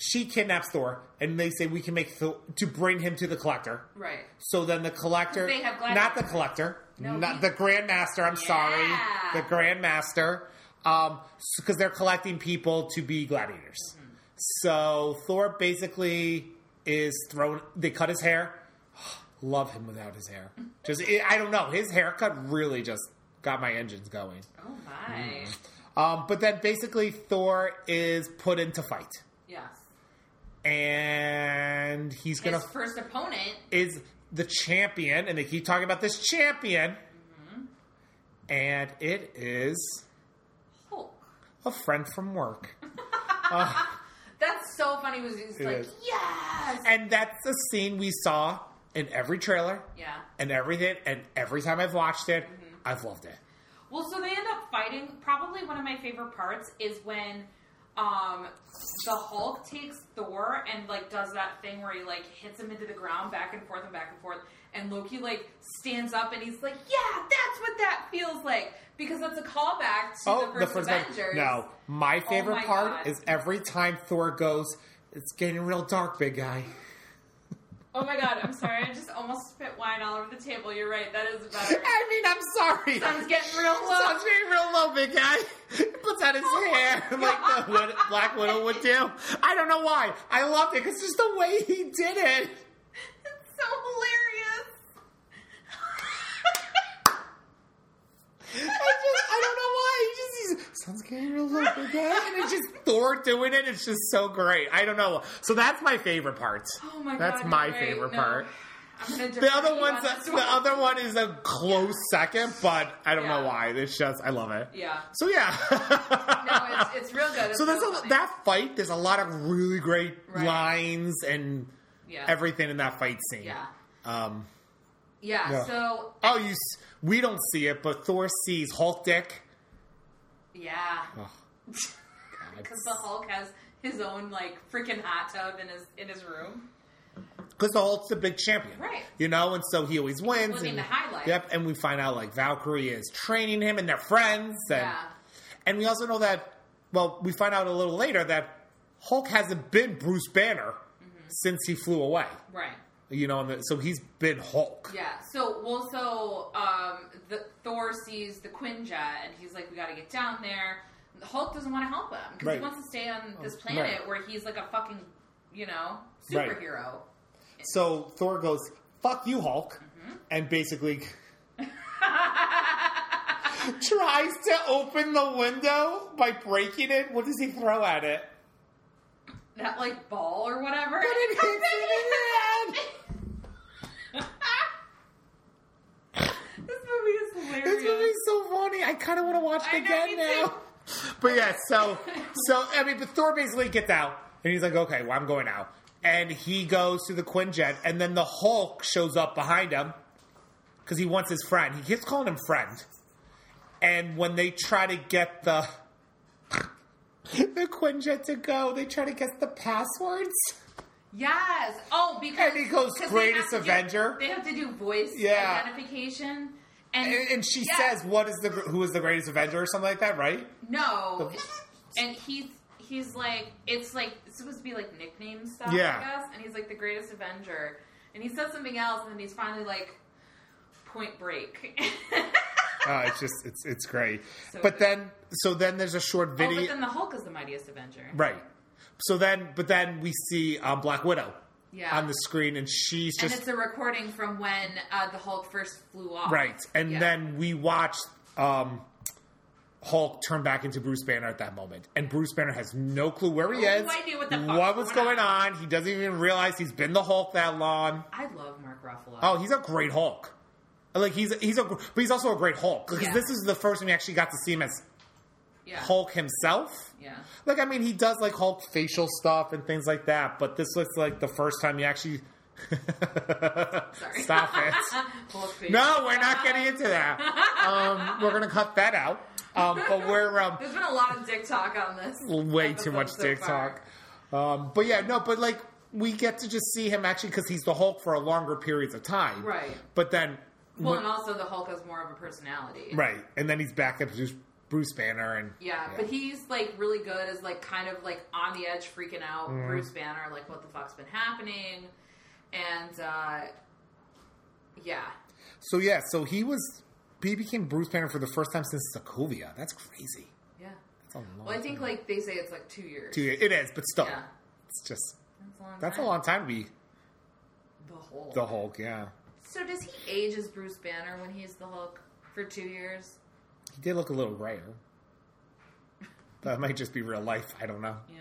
A: she kidnaps thor and they say we can make thor to bring him to the collector
B: Right.
A: So then the collector,
B: They have gladiators.
A: not the collector,
B: No,
A: not
B: he-
A: the grandmaster. I'm sorry,
B: Yeah.
A: the grandmaster, because they're collecting people to be gladiators. So Thor basically is thrown. They cut his hair. (sighs) Love him without his
B: (laughs)
A: hair. Just it, I don't know. His haircut really just got my engines going.
B: Oh my.
A: Um, but then basically Thor is put into fight,
B: Yes.
A: and he's
B: His
A: gonna
B: first opponent
A: is the champion, and they keep talking about this champion, Mm-hmm. and it is
B: Hulk.
C: (laughs)
A: a friend from work.
B: That's so funny. Was he's
A: It
B: like,
A: is.
B: yes,
A: And that's a scene we saw in every trailer
B: yeah.
A: and everything. And every time I've watched it,
C: Mm-hmm.
A: I've loved it.
C: Well, so they end up fighting. Probably one of my favorite parts is when um, the Hulk takes Thor and like does that thing where he like hits him into the ground back and forth and back and forth, and Loki like stands up and he's like, "Yeah, that's what that feels like," because that's a callback to
A: Oh,
C: the, first Avengers. Oh
A: No, my favorite
C: my
A: part
C: God.
A: is every time Thor goes, "It's getting real dark,
C: (laughs)
A: big guy."
C: Oh my god, I'm sorry. I just almost spit wine all over the table. You're right. That is better.
A: I mean, I'm sorry.
C: Sun's getting real low.
A: Sounds being real low, big guy. (laughs) He puts out his hair
C: Oh
A: (laughs) like the Wid- Black Widow would do. I don't know why. I loved it because just the way he did it.
C: (laughs) It's so hilarious.
A: I just, I don't know why. He just, he's, sounds getting real low, big guy. And it's just Thor doing it. It's just so great. I don't know. So that's my favorite part.
C: Oh my god.
A: That's my
C: you're right.
A: favorite
C: No.
A: part.
C: I'm gonna
A: (laughs) The other
C: one.
A: one's
C: (laughs)
A: a, the
B: (laughs)
A: other one is a close second, but I don't know
C: Yeah.
A: why. It's just I love it.
C: Yeah.
A: So yeah.
B: No, it's, it's real good. It's
A: so there's
B: real
A: a,
B: funny.
A: that fight. There's a lot of really great
B: Right.
A: lines and
B: yeah.
A: everything in that fight scene.
B: yeah.
A: Um,
B: yeah,
A: Yeah.
B: So
A: oh, you. s- We don't see it, but Thor sees Hulk dick.
B: yeah,
A: Oh,
B: (laughs) because the Hulk has his own like freaking hot tub in his in his room.
A: Because the Hulk's the big champion,
B: Right.
A: You know, and so he always wins.
B: living
A: and,
B: the high life.
A: Yep, and we find out like Valkyrie is training him, and they're friends. And,
B: Yeah.
A: And we also know that, well, we find out a little later that Hulk hasn't been Bruce Banner
B: Mm-hmm.
A: since he flew away.
B: Right.
A: You know, and the, so he's been Hulk.
B: Yeah. So well, so um, the Thor sees the Quinjet and he's like, "We got to get down there." Hulk doesn't want to help him because
A: Right. Oh,
B: he wants to stay on this planet
A: Right.
B: where he's like a fucking, you know,
A: Right.
B: superhero.
A: So Thor goes, fuck you, Hulk, and basically tries to open the window by breaking it. What does he throw at it?
B: That like ball or whatever.
A: But it hits him in the head.
B: this movie is hilarious.
A: This movie's so funny. I kind of want to watch it
B: I know,
A: again
B: me
A: now. (laughs) But yeah, so so I mean, but Thor basically gets out, and he's like, "Okay, well, I'm going now." And he goes to the Quinjet, and then the Hulk shows up behind him because he wants his friend. He keeps calling him friend. And when they try to get the (laughs) the Quinjet to go, they try to guess the passwords.
B: Yes. Oh, because
A: And he goes,
B: 'cause they
A: "Greatest
B: have to do-
A: Avenger."
B: they have to do voice
A: Yeah.
B: identification. And,
A: And, and she
B: Yeah.
A: says, "What is the who is the greatest Avenger?" or something like that, right?
B: no.
A: The-
B: (laughs) And he's he's like it's like it's supposed to be like nickname stuff,
A: Yeah.
B: I guess. And he's like the greatest Avenger. And he says something else, and then he's finally like Point Break. (laughs)
A: Uh, it's just it's it's great.
B: So
A: but
B: good.
A: then so then there's a short
B: Oh,
A: video,
B: but then the Hulk is the mightiest Avenger.
A: right? So then but then we see um, Black Widow
B: Yeah.
A: on the screen, and she's
B: and
A: just
B: it's a recording from when uh, the Hulk first flew
A: (laughs)
B: off.
A: right. And
B: Yeah.
A: then we watch um, Hulk turn back into Bruce Banner at that moment, and Bruce Banner has no clue where he
B: No
A: is,
B: idea what the fuck's
A: was
B: going
A: going on. He doesn't even realize he's been the Hulk that long.
B: I love Mark Ruffalo.
A: Oh, he's a great Hulk. Like he's he's a but he's also a great Hulk because
B: Yeah.
A: this is the first time we actually got to see him as
B: yeah.
A: Hulk himself.
B: Yeah.
A: Like, I mean, he does like Hulk facial stuff and things like that, but this looks like the first time he actually.
B: Sorry.
A: Stop
B: (laughs)
A: it.
B: Hulk face.
A: No, we're not getting into that. Um, we're going to cut that out. Um, but we're um,
B: There's been a lot of dick talk on this.
A: way
B: episode
A: too much
B: so
A: TikTok.
B: far.
A: Um, but yeah, no, but like, we get to just see him actually because he's the Hulk for a longer periods of time.
B: Right.
A: But then.
B: Well, and also the Hulk has more of a personality.
A: right. And then he's back up to just Bruce Banner and.
B: Yeah, but he's like really good as like kind of like on the edge, freaking out.
A: Mm-hmm.
B: Bruce Banner, like what the fuck's been happening, and uh yeah,
A: So yeah, so he was. He became Bruce Banner for the first time since Sokovia. That's crazy.
B: yeah.
A: That's a long
B: Well, I think like they say it's like two years.
A: Two years. It is, but still.
B: Yeah.
A: It's just.
B: That's a long.
A: That's a
B: time.
A: long time to be
B: The Hulk.
A: the Hulk, yeah.
B: So does he age as Bruce Banner when he's the Hulk for two years?
A: He did look a little grayer. That might just be real life. I don't know.
B: Yeah.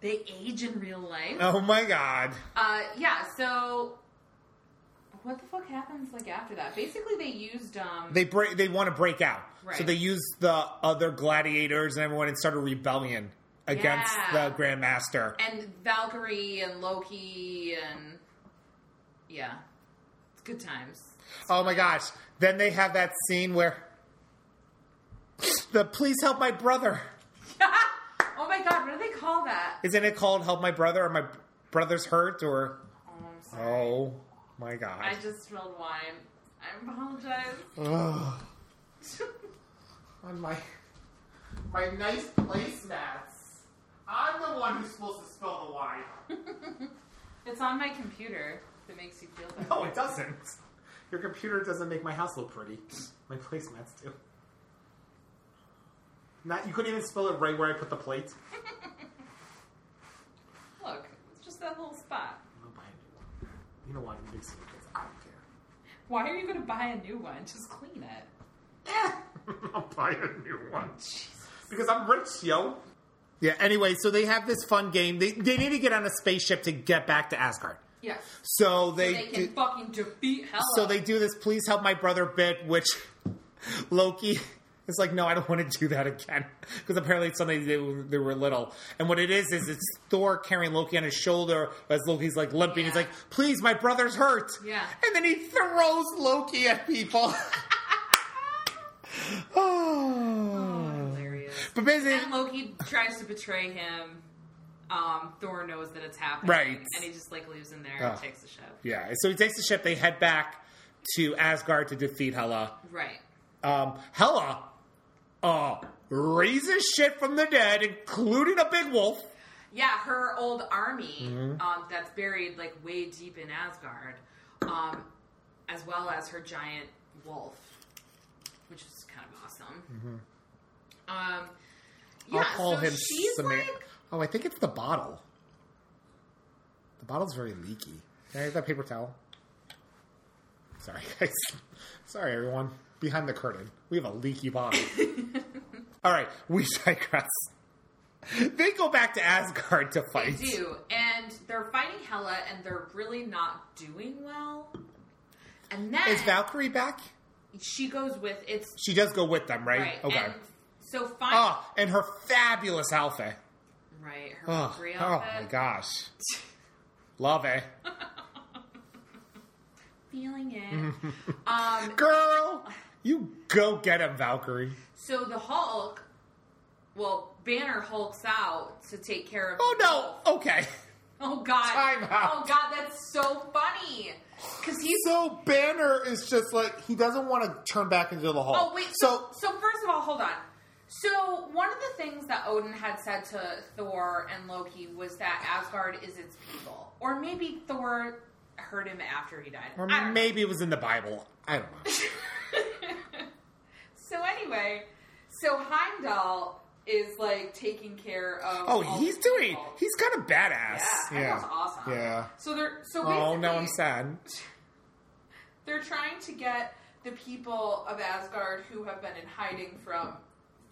B: They age in real life.
A: Oh my god.
B: Uh, yeah. So, what the fuck happens like after that? Basically, they used um.
A: They break. They want to break out, so
B: Right.
A: they used the other gladiators and everyone and started a rebellion against
B: Yeah.
A: the Grandmaster.
B: and Valkyrie and Loki and yeah, it's good times. (laughs)
A: Oh my gosh. Then they have that scene where the please help my brother.
B: Oh my god, what do they call that?
A: Isn't it called Help My Brother or My Brother's Hurt or
B: Oh, I'm sorry.
A: Oh my god.
B: I just spilled wine. I apologize. (laughs)
A: Ugh. On my my nice placemats. I'm the one who's supposed to spill the wine.
B: It's on my computer that makes you feel that.
A: No, it doesn't. Your computer doesn't make my house look pretty. My placemats do. Not you couldn't even spill it right where I put the plate.
B: Look, it's just that little spot.
A: I'm gonna buy a new one. You know what? I'm big stupid. I don't
B: Why are you going to buy a new one? Just clean it.
A: care. (laughs) I'll buy a new one. Because I'm rich, yo. Yeah, anyway, so they have this fun game. They, they need to get on a spaceship to get back to Asgard.
B: Yeah.
A: So
B: So
A: they,
B: they can
A: do,
B: fucking defeat Hela.
A: so they do this please help my brother bit, which (laughs) Loki is like, no, I don't want to do that again. (laughs) Because apparently it's something they were, they were little. And what it is, is it's Thor carrying Loki on his shoulder as Loki's like limping. He's
B: Yeah.
A: like, please, my brother's hurt.
B: Yeah.
A: And then he throws Loki at people.
B: (laughs)
A: (sighs)
B: Oh,
A: oh.
B: hilarious.
A: But basically,
B: And Loki tries to betray him. Um, Thor knows that it's happening.
A: Right.
B: And he just like leaves him there
A: Oh.
B: and takes the ship.
A: yeah. So he takes the ship. They head back to Asgard to defeat Hela.
B: Right.
A: Um, Hela uh, raises shit from the dead, including a big wolf.
B: Yeah, her old army
A: Mm-hmm.
B: um, that's buried like way deep in Asgard, um, as well as her giant wolf, which is kind of awesome. Um, yeah,
A: Mm-hmm. I'll call
B: so
A: him
B: she's
A: Samar-
B: like,
A: Oh, I think it's the bottle. The bottle's very leaky. Can I have that paper towel? Sorry, (laughs) guys. Sorry, everyone. Behind the curtain, we have a leaky
B: (laughs)
A: bottle. All right, we digress. They go back to Asgard to
B: they
A: fight.
B: do, and they're fighting Hela, and they're really not doing well. And then
A: Is Valkyrie back?
B: she goes with it's
A: She does go with them, right?
B: right.
A: Okay.
B: And so fine,
A: Ah, and her fabulous outfit.
B: right?
A: Oh,
B: Her Valkyrie
A: oh
B: outfit.
A: my gosh. (laughs) Love
B: (laughs)
A: it.
B: feeling
A: (laughs)
B: it. um,
A: Girl, you go get him, Valkyrie.
B: So the Hulk, well, Banner hulks out to take care of.
A: Oh no, okay.
B: Oh god!
A: Time out.
B: Oh god, that's so funny because he's.
A: So Banner is just like, he doesn't want to turn back into the Hulk.
B: Oh wait, so so first of all, hold on. So one of the things that Odin had said to Thor and Loki was that Asgard is its people, or maybe Thor heard him after he died.
A: or
B: I don't know.
A: maybe it was in the Bible. I don't
B: (laughs)
A: know.
B: So anyway, so Heimdall is like taking care of.
A: Oh,
B: all
A: he's
B: the
A: doing,
B: people.
A: he's kind of badass.
B: Yeah, I think that's awesome.
A: Yeah.
B: So they're so basically
A: Oh, no, I'm sad.
B: they're trying to get the people of Asgard who have been in hiding from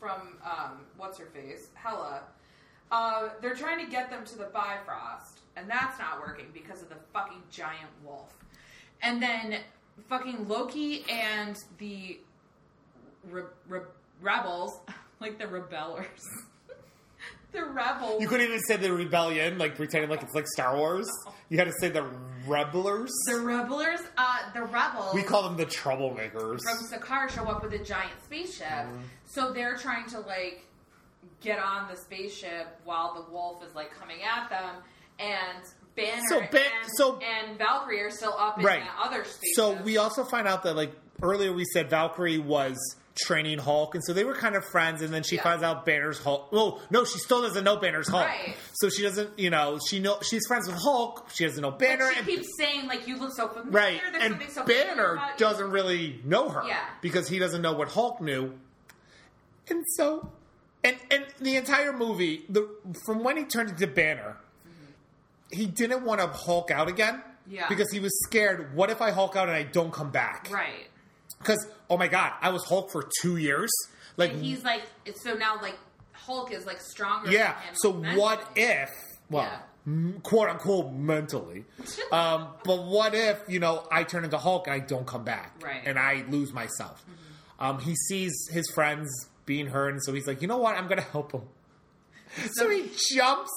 B: from um, what's her face Hela. Uh, they're trying to get them to the Bifrost, and that's not working because of the fucking giant wolf. And then fucking Loki and the re- re- rebels, (laughs) like the rebellers, (laughs) the rebels.
A: You couldn't even say the rebellion, like pretending like it's like Star Wars. You had to say the rebelers.
B: Oh. the rebellers, uh, the rebels.
A: We call them the troublemakers.
B: from Sakar show up with a giant spaceship.
A: Uh-huh.
B: So they're trying to like get on the spaceship while the wolf is like coming at them, and Banner
A: So Ba-
B: and,
A: so-
B: and Valkyrie are still up in
A: Right.
B: that other spaceship.
A: So we also find out that like earlier we said Valkyrie was training Hulk, and so they were kind of friends. And then she
B: Yeah.
A: finds out Banner's Hulk. Oh no, she still doesn't know Banner's Hulk.
B: Right.
A: So she doesn't, you know, she know she's friends with Hulk. She doesn't know
B: But
A: Banner.
B: she
A: and,
B: keeps saying like you look so familiar.
A: right,
B: There's
A: and
B: something so familiar
A: Banner
B: about you."
A: doesn't really know her
B: Yeah.
A: because he doesn't know what Hulk knew. And so, and and the entire movie, the from when he turned into Banner, he didn't want to Hulk out again.
B: Mm-hmm. Yeah.
A: Because he was scared. What if I Hulk out and I don't come back?
B: right.
A: Because oh my god, I was Hulk for two years. Like
B: And he's like, so now like Hulk is like stronger.
A: yeah.
B: Than him
A: So
B: mentally.
A: what if? Well,
B: Yeah.
A: m- quote unquote
B: (laughs)
A: mentally. um, but what if you know I turn into Hulk and I don't come back,
B: Right. Mm-hmm.
A: And I lose myself. Um, he sees his friends being hurt, and so he's like, you know what? I'm gonna help him. (laughs) So he jumps.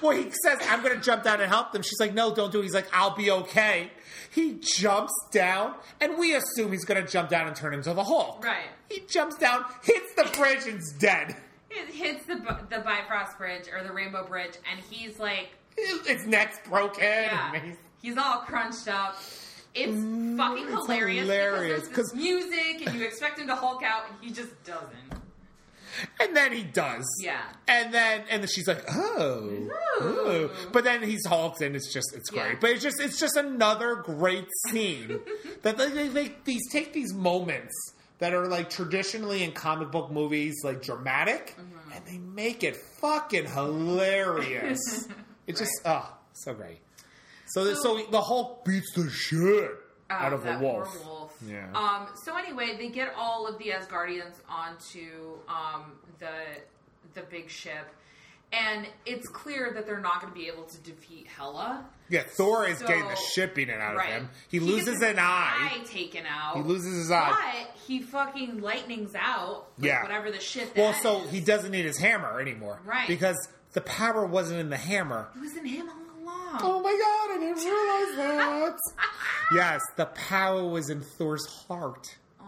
A: Well, he says, I'm going to jump down and help them. She's like, no, don't do it. He's like, I'll be okay. He jumps down, and we assume he's going to jump down and turn into the Hulk.
B: Right.
A: He jumps down, hits the bridge, and's dead. (laughs)
B: It hits the bu- the Bifrost Bridge or the Rainbow Bridge, and he's like,
A: His neck's broken.
B: yeah,
A: and he's-
B: he's all crunched up. It's
A: Mm,
B: fucking
A: it's
B: hilarious,
A: hilarious,
B: because
A: 'cause-
B: there's this music, and you expect him to Hulk out, and he just doesn't.
A: And then he does.
B: Yeah.
A: And then and then she's like, oh,
B: Ooh.
A: ooh. but then he's hulked and it's just it's great.
B: Yeah.
A: But it's just it's just another great
B: (laughs)
A: scene that they, they, they these take these moments that are like traditionally in comic book movies like dramatic
B: Mm-hmm.
A: and they make it fucking
B: (laughs)
A: hilarious. it just oh so great. So so,
B: So- Oh,
A: so the Hulk beats the shit (laughs) out of a
B: that
A: wolf.
B: poor
A: Yeah.
B: Um, so anyway, they get all of the Asgardians onto um, the the big ship, and it's clear that they're not going to be able to defeat Hela.
A: Yeah, Thor is
B: So-
A: getting the shit beaten out
B: right.
A: of him. He,
B: gets
A: loses
B: his
A: an eye.
B: taken out.
A: He loses his eye.
B: But he fucking lightnings out. like,
A: Yeah.
B: Whatever the shit.
A: Well,
B: that
A: so
B: is.
A: he doesn't need his hammer anymore,
B: Right.
A: Because the power wasn't in the hammer. Oh
B: It was in him all along.
A: my god, I didn't realize
B: (laughs)
A: that. yes, the power was in Thor's heart.
B: All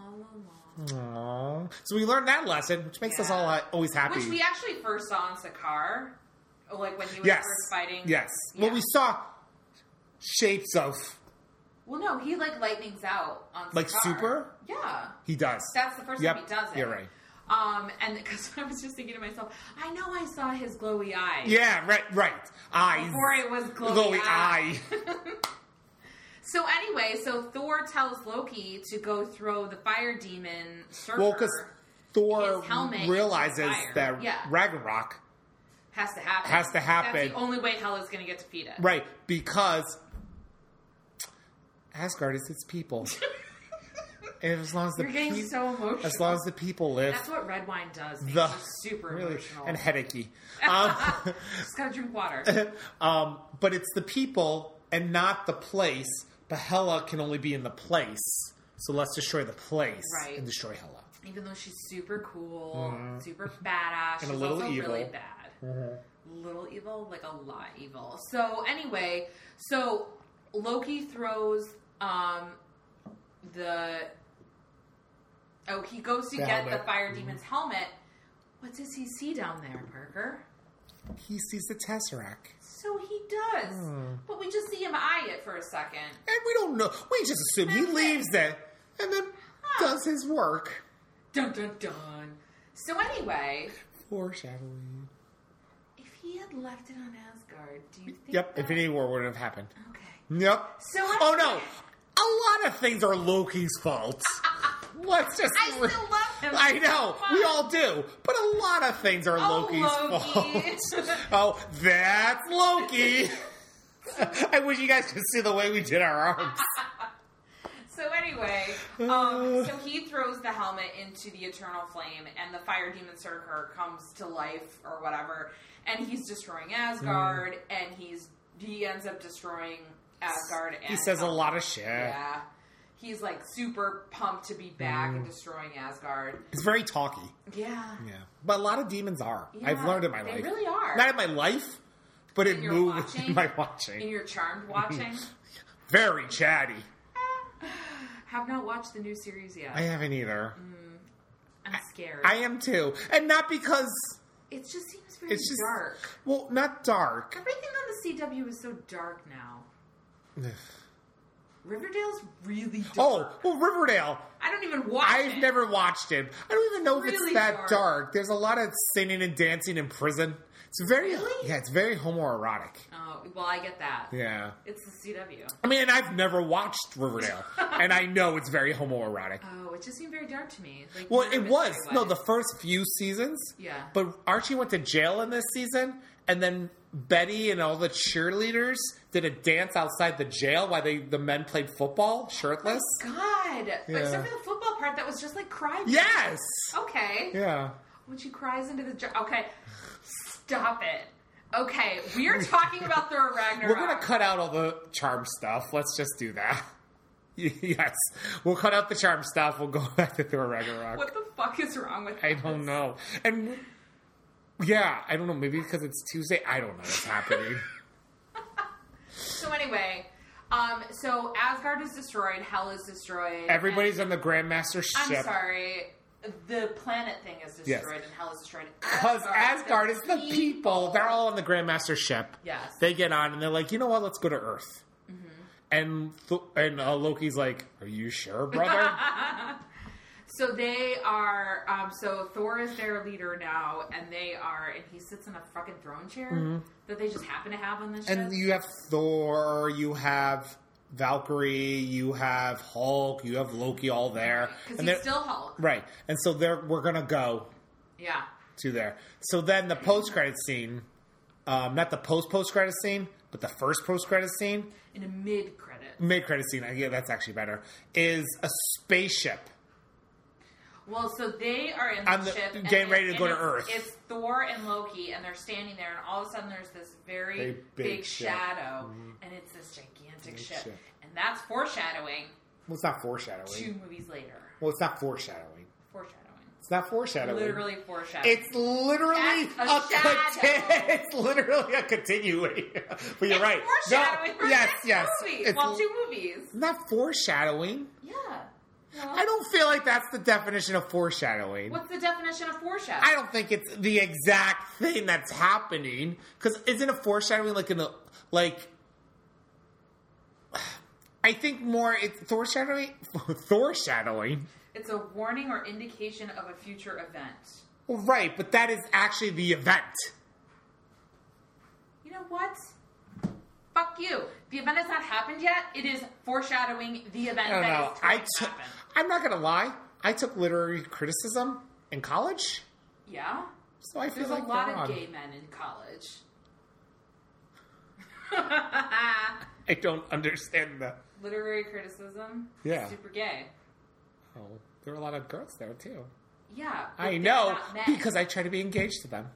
A: Aww.
B: along.
A: So we learned that lesson, which makes us
B: Yeah.
A: all ha- always happy.
B: Which we actually first saw in Sakaar, like when he was
A: yes,
B: first fighting.
A: yes.
B: Yeah.
A: Well, we saw shapes of
B: Well, no, he like lightnings out on
A: Like
B: Sakaar.
A: super?
B: Yeah,
A: he does.
B: that's the first
A: Yep,
B: time he does it.
A: you're right.
B: Um, and (laughs) because I was just thinking to myself, I know I saw his glowy eye.
A: yeah, right, right. Eyes,
B: Before it was glowy,
A: glowy
B: eye.
A: eye.
B: So anyway, so Thor tells Loki to go throw the fire demon surfer
A: well, because Thor
B: His helmet
A: realizes
B: is fire.
A: that
B: Yeah.
A: Ragnarok
B: has to happen.
A: Has to happen.
B: That's the only way Hela's going to get defeated.
A: Right, because Asgard is its
B: (laughs)
A: people. and as long as the
B: You're getting
A: peo-
B: so emotional.
A: as long as the people live,
B: That's what red wine does. Makes
A: the
B: you super
A: (laughs)
B: emotional.
A: and
B: (laughs)
A: headachy. Um,
B: Just gotta drink
A: (laughs)
B: water.
A: um, but it's the people and not the place. But Hela can only be in the place, so let's destroy the place
B: Right.
A: and destroy Hela.
B: Even though she's super cool, super badass,
A: Mm-hmm. And a
B: she's
A: little
B: also
A: evil. Mm-hmm.
B: really bad. Little evil, like a lot evil. So anyway, so Loki throws um the oh he goes to
A: The
B: get
A: helmet. Mm-hmm.
B: the fire demon's helmet. What does he see down there, Parker?
A: He sees the Tesseract,
B: So he does,
A: Hmm.
B: but we just see him eye it for a second.
A: and we don't know. We just assume he leaves it and then does his work.
B: Dun dun dun. So anyway,
A: Foreshadowing.
B: if he had left it on Asgard, do you think?
A: Yep,
B: that-
A: Infinity War would have happened.
B: Okay.
A: Yep.
B: So
A: oh
B: anyway-
A: no, a lot of things are Loki's
B: (laughs)
A: fault. Let's just.
B: I still love him.
A: I know we all do, but a lot of things are
B: Oh,
A: Loki's
B: Loki. (laughs)
A: fault. oh, that's Loki. (laughs) I wish you guys could see the way we did our arms.
B: So anyway, um, so he throws the helmet into the eternal flame, and the fire demon Surtur comes to life or whatever, and he's destroying
A: Mm.
B: Asgard, and he's he ends up destroying Asgard. And
A: He says a lot of shit.
B: Yeah, he's like super pumped to be back and destroying Asgard.
A: He's very talky.
B: Yeah,
A: Mm. Yeah, but a lot of demons are. I've
B: Yeah,
A: learned in my
B: they
A: life.
B: really are.
A: Not in my life, but
B: In
A: it
B: your
A: moves
B: watching?
A: in my watching.
B: and you're
A: (laughs)
B: charmed watching.
A: very chatty.
B: Have not watched the new series yet.
A: I haven't either.
B: I'm scared.
A: I am too, and not because
B: it just seems very
A: It's just
B: dark.
A: Well, not dark.
B: Everything on the CW is so dark now. Riverdale's really
A: Oh,
B: dark.
A: well, Riverdale.
B: I don't even watch
A: I've
B: it.
A: never watched it. I don't even know if
B: Really
A: it's that
B: dark.
A: dark. There's a lot of singing and dancing in prison. It's very
B: Really?
A: yeah, it's very homoerotic.
B: Oh, well, I get that.
A: Yeah.
B: It's the CW.
A: I mean, and I've never watched
B: (laughs)
A: Riverdale, and I know it's very homoerotic.
B: Oh, it just seemed very dark to me. Like,
A: Well,
B: not in
A: it
B: a
A: was
B: mystery
A: no
B: way.
A: the first few seasons.
B: Yeah.
A: But Archie went to jail in this season, and then Betty and all the cheerleaders did a dance outside the jail while they the men played football shirtless.
B: Oh God. But
A: Yeah.
B: Except for the football part, that was just like crying.
A: Yes.
B: Oh. Okay.
A: Yeah.
B: When she cries into the jar. Okay. Stop it. Okay, we are talking about Thor Ragnarok.
A: We're gonna cut out all the charm stuff. Let's just do that. (laughs) yes, we'll cut out the charm (laughs) stuff. We'll go back to Thor Ragnarok.
B: What the fuck is wrong with
A: I
B: that?
A: don't know. And Yeah, I don't know. Maybe because it's Tuesday. I don't know what's
B: (laughs)
A: happening.
D: So anyway, um, so Asgard is destroyed, Hell is destroyed.
A: Everybody's on the Grandmaster ship.
D: and- I'm sorry.
B: The planet thing is destroyed
A: Yes.
B: and hell is destroyed.
A: Because Asgard is the
B: people.
A: people. They're all on the Grandmaster ship.
D: Yes. Mm-hmm.
A: They get on and they're like, you know what? Let's go to Earth. And Th- and uh, Loki's like, are you
D: (laughs)
A: sure, brother?
D: So they are. Um, so Thor is their leader now, and they are. And he sits in a fucking throne chair that they just happen to have on this
A: Mm-hmm. and
D: ship.
A: you have Thor, you have Valkyrie, you have Hulk, you have Loki all there.
D: Because
A: And
D: he's
A: they're-
D: still Hulk.
A: right. And so they're, we're going to go
D: Yeah.
A: to there. So then the post credit scene, um, not the post post credit scene, but the first post credit scene,
D: In a mid credit.
A: mid credit scene, I yeah, that's actually better, is a spaceship.
B: Well, so they are in
A: I'm
B: the,
A: the-
B: ship, and
A: getting ready to
B: and
A: go to
B: it's-
A: Earth.
B: It's Thor and Loki, and they're standing there, and all of a sudden there's this very
A: Very
B: big,
A: big ship. Mm-hmm.
B: shadow, and it's this gigantic ship.
A: ship.
B: and that's foreshadowing
A: Well, it's not foreshadowing.
B: two movies later.
A: Well, it's not foreshadowing.
B: Foreshadowing,
A: It's not foreshadowing.
B: literally foreshadowing.
A: It's literally
B: That's
A: a,
B: a
A: conti-
B: shadow.
A: (laughs) it's literally a continuation. (laughs) But you're right.
B: foreshadowing for the
A: yes,
B: next
A: yes.
B: movie.
A: It's
B: well,
A: l-
B: two movies.
A: not foreshadowing.
B: Yeah.
A: I don't feel like that's the definition of foreshadowing.
B: What's the definition of foreshadowing?
A: I don't think it's the exact thing that's happening because isn't a foreshadowing like in a like? (sighs) I think more it's foreshadowing. (laughs) Foreshadowing,
B: it's a warning or indication of a future event.
A: well, right? But that is actually the event.
B: You know what? Fuck you. The event has not happened yet. It is foreshadowing the event
A: I don't
B: that
A: know.
B: is
A: I
B: going to
A: took.
B: happen.
A: I'm not gonna lie. I took literary criticism in college,
B: Yeah.
A: so I feel
B: There's
A: like
B: a lot
A: they're
B: of
A: on.
B: gay men in college.
A: I don't understand the.
B: Literary criticism.
A: Yeah.
B: Super gay.
A: Oh, there were a lot of girls there too.
B: Yeah. but
A: I
B: they're
A: know
B: not men.
A: because I try to be engaged to them.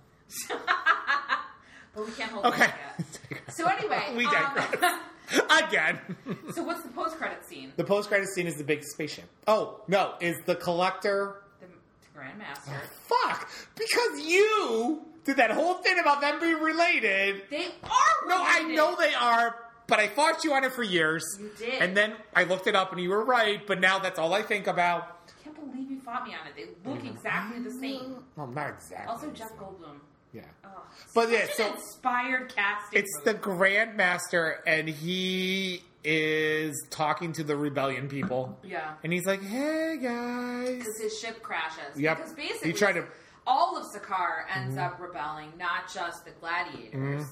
B: But we can't hold
A: Okay.
B: them yet. So anyway,
A: (laughs) We
B: um,
A: digress. (laughs) Again.
B: (laughs) so what's the post-credit scene?
A: The post credit scene is the big spaceship. Oh, no, is the collector.
B: The, the Grandmaster.
A: Fuck! Because you did that whole thing about them being related.
B: They are
A: No, I
B: related.
A: know they are, but I fought you on it for years.
B: You did.
A: And then I looked it up and you were right, but now that's all I think about.
B: I can't believe you fought me on it.
A: Mm-hmm.
B: They look exactly the same.
A: Well, not exactly.
B: Also, Jeff Goldblum.
A: Yeah.
B: Oh,
A: But yeah, so-
B: inspired casting.
A: It's
B: for
A: the
B: this.
A: Grandmaster and he is talking to the rebellion people.
B: yeah.
A: And he's like, hey guys.
B: because his ship crashes.
A: Yep.
B: Because basically,
A: He tried to- Mm-hmm.
B: all of Sakaar ends up rebelling, not just the gladiators.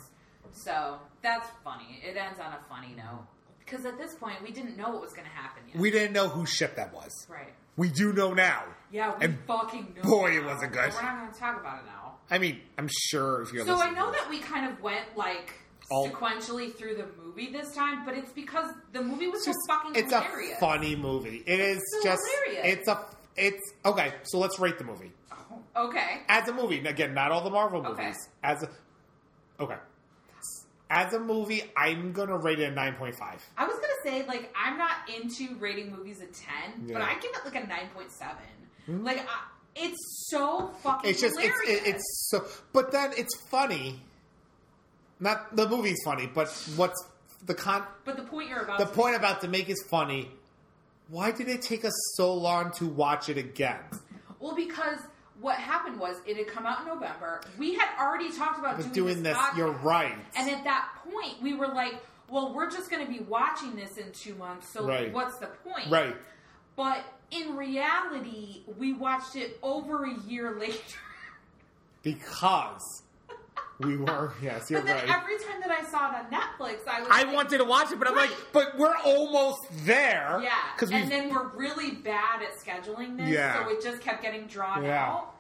B: So that's funny. It ends on a funny note. Because at this point, we didn't know what was going to happen yet.
A: We didn't know whose ship that was.
B: right.
A: We do know now.
B: Yeah, we
A: And
B: fucking know.
A: boy, it
B: now,
A: wasn't
B: but
A: good.
B: We're not going to talk about it now.
A: I mean, I'm sure if you're
B: So I
A: listening
B: know
A: to this-
B: that we kind of went like
A: All-
B: sequentially through the movie this time, but it's because the movie
A: it's
B: was so
A: just
B: fucking
A: it's
B: hilarious.
A: a funny movie. It is
B: It's so
A: just
B: hilarious.
A: it's a it's okay. So let's rate the movie
B: okay.
A: as a movie. And Again, not all the Marvel movies.
B: Okay.
A: As a okay, as a movie, I'm gonna rate it a nine point five.
B: I was gonna say like I'm not into rating movies a ten, but
A: Yeah. Hmm?
B: I give it like a nine point seven. Like I, it's so fucking.
A: It's just it's,
B: hilarious.
A: it, it's so, but then it's funny. Not the movie's funny, but what's the con?
B: But the point you're about
A: The
B: to
A: point about to make is funny. Why did it take us so long to watch it again?
B: well because what happened was it had come out in November. We had already talked about
A: But
B: doing,
A: doing this,
B: podcast.
A: you're right.
B: And at that point, we were like, well, we're just going to be watching this in two months, so
A: Right.
B: what's the point?
A: Right.
B: But in reality, we watched it over a year (laughs) later.
A: Because we were, yes, you're
B: but then
A: right.
B: every time that I saw it on Netflix, I was
A: I
B: like,
A: wanted to watch it, but I'm like,
B: Right.
A: but we're almost there.
B: Yeah.
A: Because we,
B: And then we're really bad at scheduling this,
A: Yeah.
B: so it just kept getting drawn
A: Yeah.
B: out.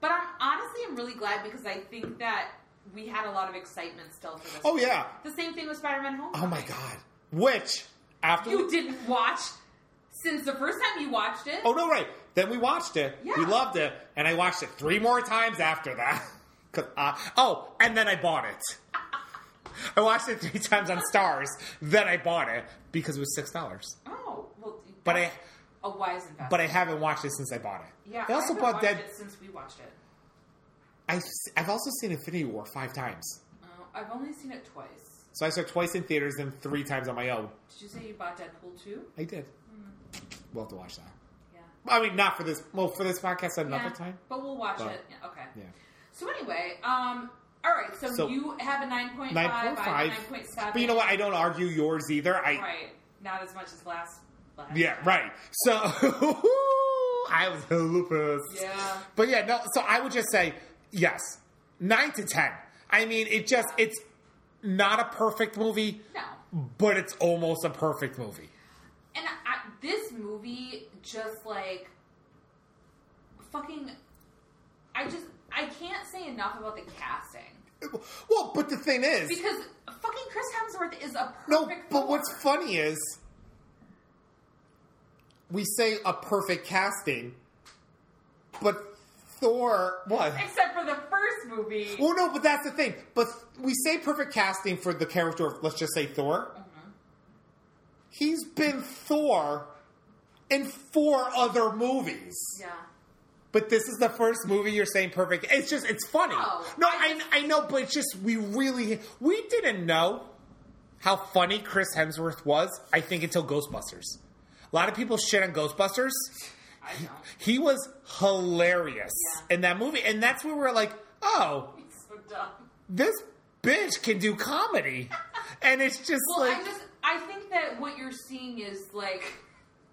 B: But I'm honestly I'm really glad because I think that we had a lot of excitement still for this.
A: oh yeah,
B: The same thing with Spider-Man Home.
A: oh my god. Which after
B: You didn't watch since the first time you watched it.
A: oh no, right. Then we watched it. We
B: Yeah.
A: loved it, and I watched it three more times after that. (laughs) 'Cause, uh, oh, and then I bought it. (laughs) I watched it three times on Stars. Then I bought it because it was six dollars.
B: Oh, well,
A: But I,
B: a wise investment.
A: but I haven't watched it since I bought it.
B: yeah,
A: I also
B: haven't
A: bought
B: watched
A: Dead.
B: it since we watched it.
A: I've, I've also seen Infinity War five times.
B: Uh, I've only seen it twice.
A: So I saw it twice in theaters, then three times on my own.
B: Did you say you bought Deadpool too?
A: I did.
B: Mm.
A: We'll have to watch that.
B: Yeah.
A: I mean, not for this. Well, for this podcast another
B: yeah,
A: time.
B: But we'll watch
A: But-
B: it. Yeah, okay.
A: Yeah.
B: So anyway, um, all right. So,
A: So-
B: you have a nine point five. I
A: 9.5.
B: have a nine point seven.
A: But you know what? I don't argue yours either. I
B: Right. Not as much as last. last
A: yeah right. So (laughs) I was a lupus.
B: Yeah.
A: But yeah, no. So I would just say yes, nine to ten. I mean, it just it's not a perfect movie,
B: No.
A: but it's almost a perfect movie.
B: And I, this movie just like fucking. I just I can't say enough about the casting
A: Well, but the thing is,
B: because fucking Chris Hemsworth is a perfect.
A: no. But
B: Thor.
A: what's funny is we say a perfect casting, but Thor what?
B: except for the first movie.
A: Well, no, but that's the thing. But we say perfect casting for the character of, let's just say, Thor. He's been Thor in four other movies.
B: yeah,
A: But this is the first movie you're saying perfect. It's just, it's funny.
B: No,
A: no, I, I know, but it's just, we really, we didn't know how funny Chris Hemsworth was, I think, until Ghostbusters. A lot of people shit on Ghostbusters.
B: I know. (laughs)
A: He was hilarious
B: Yeah.
A: in that movie. And that's where we're like, oh,
B: It's so dumb.
A: this bitch can do
B: (laughs)
A: comedy. And it's just
B: Well,
A: like,
B: I just I think that what you're seeing is like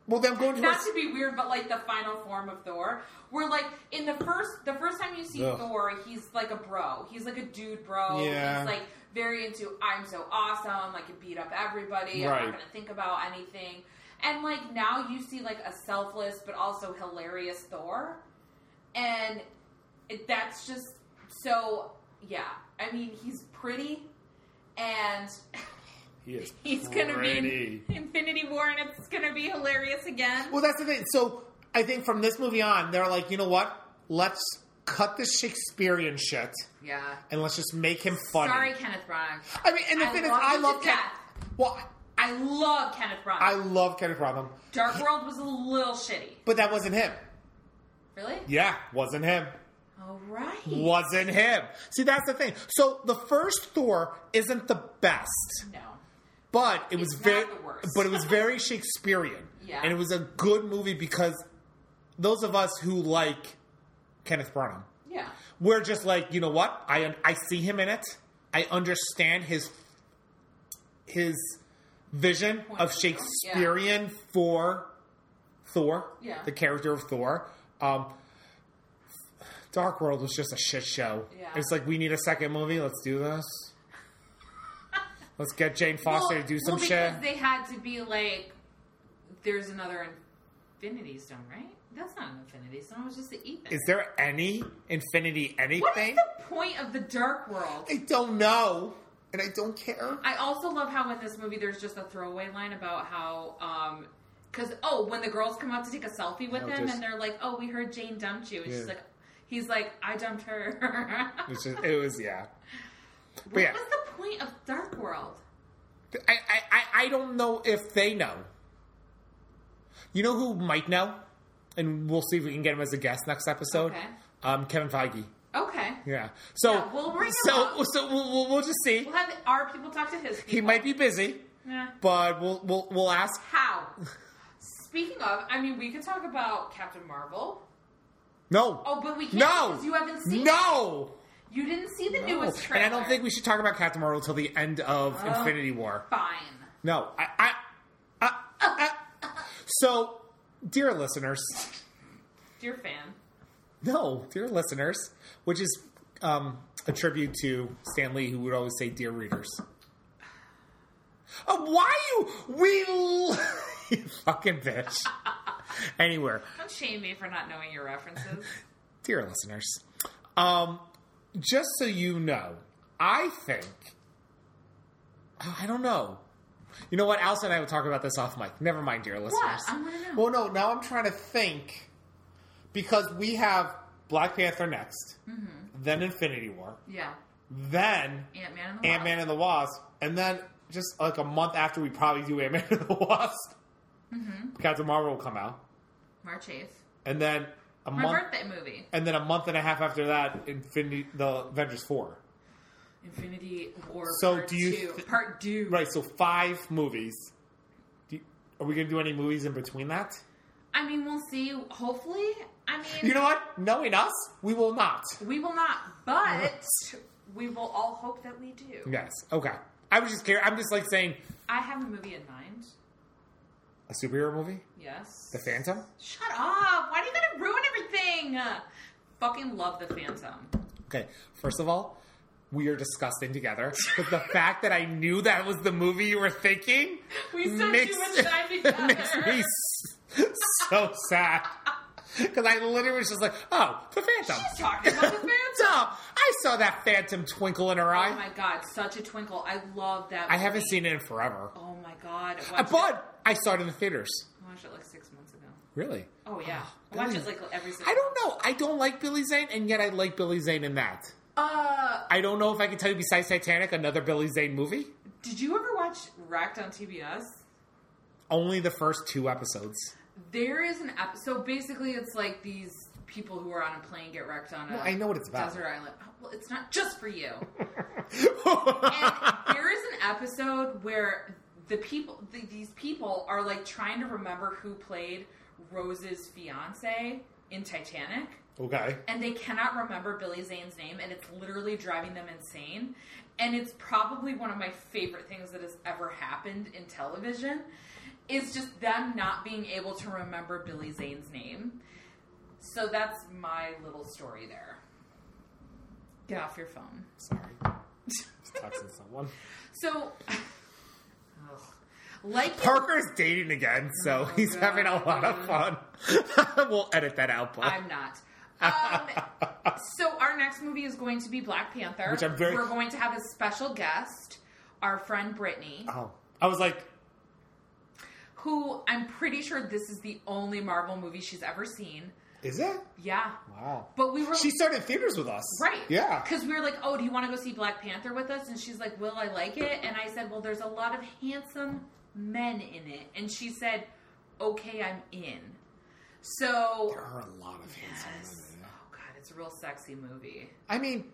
A: well, then I'm going to.
B: not to be weird, but like the final form of Thor, where like in the first the first time you see
A: Ugh.
B: Thor, he's like a bro. He's like a dude bro.
A: Yeah.
B: He's like very into I'm so awesome. I can beat up everybody. I'm
A: Right.
B: not gonna think about anything. And like now you see like a selfless but also hilarious Thor, and it, that's just so yeah. I mean he's pretty and. (laughs)
A: he is
B: He's gonna be in Infinity War, and it's gonna be hilarious again.
A: Well, that's the thing. So I think from this movie on, they're like, you know what? Let's cut the Shakespearean shit
B: Yeah.
A: and let's just make him funny.
B: Sorry, Kenneth Branagh.
A: I mean, and the
B: I
A: thing is,
B: love
A: I
B: him to
A: love Ken.
B: death.
A: Well,
B: I love Kenneth Branagh.
A: I love Kenneth Branagh,
B: Dark World was a little shitty.
A: but that wasn't him.
B: Really?
A: Yeah, wasn't him.
B: All right.
A: Wasn't him. See, that's the thing. So the first Thor isn't the best.
B: No.
A: but it was
B: It's
A: very
B: not the worst.
A: but it was very Shakespearean.
B: Yeah.
A: And it was a good movie because those of us who like Kenneth Branagh,
B: Yeah.
A: we're just like, you know what? I I see him in it. I understand his his vision
B: Point
A: of
B: of view, yeah.
A: Shakespearean for Thor,
B: Yeah.
A: the character of Thor. Um Dark World was just a shit show.
B: Yeah.
A: It's like we need a second movie. Let's do
B: (laughs)
A: this. Let's get Jane Foster
B: well,
A: to do some
B: well,
A: shit.
B: because they had to be like, there's another Infinity Stone, right? That's not an Infinity Stone. It was just the Ethan.
A: Is there any Infinity anything?
B: what is the point of the Dark World?
A: I don't know, and I don't care.
B: I also love how in this movie there's just a throwaway line about how, um 'cause because oh, when the girls come up to take a selfie with
A: Oh,
B: him,
A: just-
B: and they're like, "Oh, we heard Jane dumped you," and
A: Yeah.
B: she's like, "He's like, I dumped her."
A: (laughs) It's just, it was yeah.
B: what
A: yeah.
B: was the point of Dark World?
A: I, I I I don't know if they know. You know who might know, and we'll see if we can get him as a guest next episode.
B: Okay.
A: Um, Kevin Feige.
B: Okay,
A: Yeah. So
B: Yeah, we'll bring him
A: so
B: up.
A: so we'll, we'll, we'll just see.
B: we'll have our people talk to his. People.
A: He might be busy,
B: Nah.
A: but we'll we'll we'll ask.
B: How? Speaking of, I mean, we could talk about Captain Marvel.
A: No.
B: Oh, but we can't
A: no.
B: because you haven't seen.
A: No.
B: it. you didn't see the
A: No.
B: newest
A: And
B: trailer. Oh.
A: I don't think we should talk about Captain Marvel till the end of Infinity War.
B: Fine.
A: No, I, I, I, I, so, dear listeners,
B: Dear fan.
A: no, dear listeners, which is um, a tribute to Stan Lee, who would always say, "Dear readers." Oh, why you we l- (laughs) you fucking bitch? Anywhere,
B: Don't shame me for not knowing your references.
A: dear listeners, um, just so you know, I think oh, I don't know. You know what? Alison and I would talk about this off mic. Never mind, dear listeners.
B: what? I want to know.
A: Well, no, now I'm trying to think because we have Black Panther next,
B: Mm-hmm.
A: then Infinity War,
B: Yeah.
A: then
B: Ant Man and the
A: Ant Man and the Wasp, and then just like a month after we probably do Ant Man (laughs)
B: Mm-hmm.
A: and the Wasp, Captain Marvel will come out,
B: March 8th.
A: and then a
B: My
A: month,
B: birthday movie.
A: and then a month and a half after that, Infinity, the Avengers four.
B: Infinity War.
A: So
B: part
A: do you
B: two.
A: th-
B: part two?
A: Right, so five movies. Do you- are we going to do any movies in between that?
B: I mean, we'll see. Hopefully, I mean,
A: You know what? Knowing us, we will not.
B: we will not,
A: (laughs)
B: but we will all hope that we do.
A: Yes. Okay. I was just curious. I'm just like saying
B: I have a movie in mind.
A: a superhero movie,
B: Yes.
A: The Phantom.
B: Shut up! Why do you gotta ruin everything? Fucking love the Phantom.
A: Okay. First of all, we are disgusting together. But (laughs) the fact that I knew that was the movie you were thinking
B: We spent
A: makes-
B: too much
A: (laughs)
B: time together.
A: makes me s- so sad. Because I literally was just like, oh, the Phantom.
B: She's talking about the Phantom.
A: So I saw that Phantom twinkle in her
B: Oh
A: eye.
B: my god, such a twinkle! I love that.
A: I haven't
B: movie.
A: seen it in forever.
B: Oh my god!
A: Uh,
B: I watched it-
A: But I saw it in the theaters.
B: I watched it like six months ago.
A: Really?
B: Oh yeah, I
A: Billy-
B: watch it like every. Single
A: I don't know. I don't like Billy Zane, and yet I like Billy Zane in that.
B: Uh,
A: I don't know if I can tell you besides Titanic another Billy Zane movie.
B: did you ever watch Racked on TBS?
A: Only the first two
B: (laughs)
A: episodes.
B: There is an episode. Basically, it's like these people who are on a plane get wrecked on a
A: Well, I know what it's about.
B: desert island. Oh, Well, it's not just for you. and
A: I
B: there is an episode where the people, the, these people, are like trying to remember who played Rose's fiance in Titanic.
A: okay.
B: and they cannot remember Billy Zane's name, and it's literally driving them insane. And it's probably one of my favorite things that has ever happened in television is just them not being able to remember Billy Zane's name. So that's my little story there. Get off your phone.
A: Sorry. Just texting someone.
B: So, Ugh. like you-
A: Parker's dating again, so
B: Oh,
A: he's
B: God.
A: having a lot of fun. (laughs) we'll edit that out, but
B: I'm not.
A: (laughs)
B: Um, so our next movie is going to be Black Panther.
A: Which I'm very-
B: We're going to have a special guest, our friend Brittany,
A: oh, I was like,
B: who I'm pretty sure this is the only Marvel movie she's ever seen.
A: is it?
B: Yeah,
A: Wow.
B: but we were
A: She started theaters with us,
B: right,
A: Yeah.
B: because we were like, "Oh, do you want to go see Black Panther with us?" And she's like, "Will I like it?" And I said, "Well, there's a lot of handsome men in it," and she said, "Okay, I'm in." So,
A: There are a lot of handsome
B: yes.
A: women.
B: oh god, it's a real sexy movie.
A: I mean,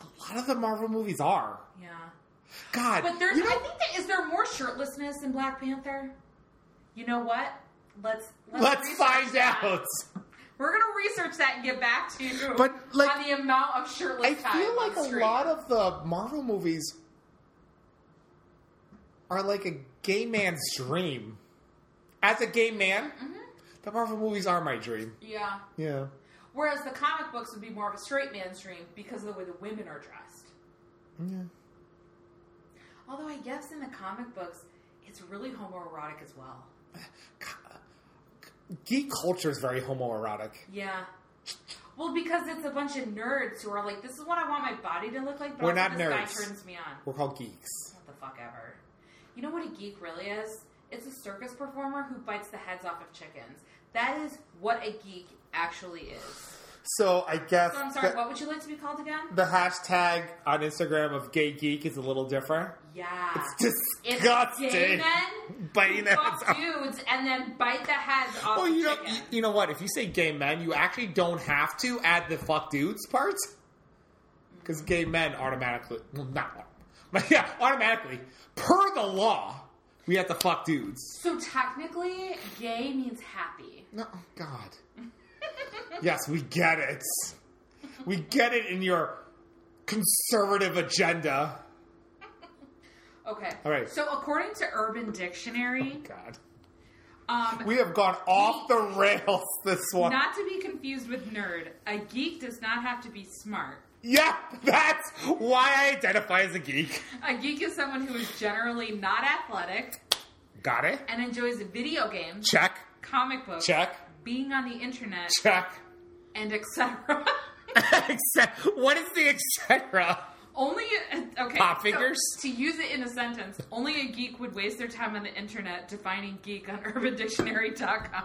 A: a lot of the Marvel movies are.
B: Yeah.
A: God,
B: But there's,
A: you know,
B: I think that is there more shirtlessness in Black Panther. You know what? Let's
A: let's
B: research
A: find
B: that.
A: out.
B: We're gonna research that and get back to you.
A: But, like,
B: on the amount of shirtless,
A: I feel like a lot of the Marvel movies are like a gay man's dream. As a gay man,
B: Mm-hmm.
A: the Marvel movies are my dream.
B: yeah.
A: Yeah.
B: Whereas the comic books would be more of a straight man's dream because of the way the women are dressed.
A: Yeah.
B: Although I guess in the comic books, it's really homoerotic as well.
A: Geek culture is very homoerotic.
B: Yeah. Well, because it's a bunch of nerds who are like, "This is what I want my body to look like." But
A: We're
B: also
A: not
B: this guy
A: nerds.
B: turns me on.
A: We're called geeks.
B: What the fuck ever. You know what a geek really is? It's a circus performer who bites the heads off of chickens. That is what a geek actually is.
A: So I guess
B: So I'm sorry,
A: the,
B: what would you like to be called again?
A: the hashtag on Instagram of gay geek is a little different.
B: Yeah. It's gay
A: Disgusting.
B: men
A: Biting
B: who
A: their heads
B: fuck
A: off.
B: dudes and then bite the heads off
A: Oh,
B: of
A: you know,
B: chickens.
A: you, you know what? If you say gay men, you actually don't have to add the fuck dudes part because gay men automatically, well, not, (laughs) but yeah, automatically, per the law, we have to fuck dudes.
B: so technically, gay means happy.
A: No, oh, God.
B: (laughs)
A: yes, we get it. We get it in your conservative agenda.
B: Okay.
A: All right.
B: So according to Urban Dictionary,
A: God,
B: um,
A: we have gone off the rails this one.
B: not to be confused with nerd, a geek does not have to be smart.
A: yeah, that's why I identify as a geek.
B: A geek is someone who is generally not athletic
A: Got it?
B: and enjoys video games,
A: Check,
B: comic books,
A: check,
B: being on the internet,
A: check. (laughs)
B: and (laughs) etc.
A: Except, what is the (laughs) etc.?
B: only okay.
A: Pop
B: so
A: fingers?
B: to use it in a sentence, only a geek would waste their time on the internet defining geek on (laughs) UrbanDictionary.com.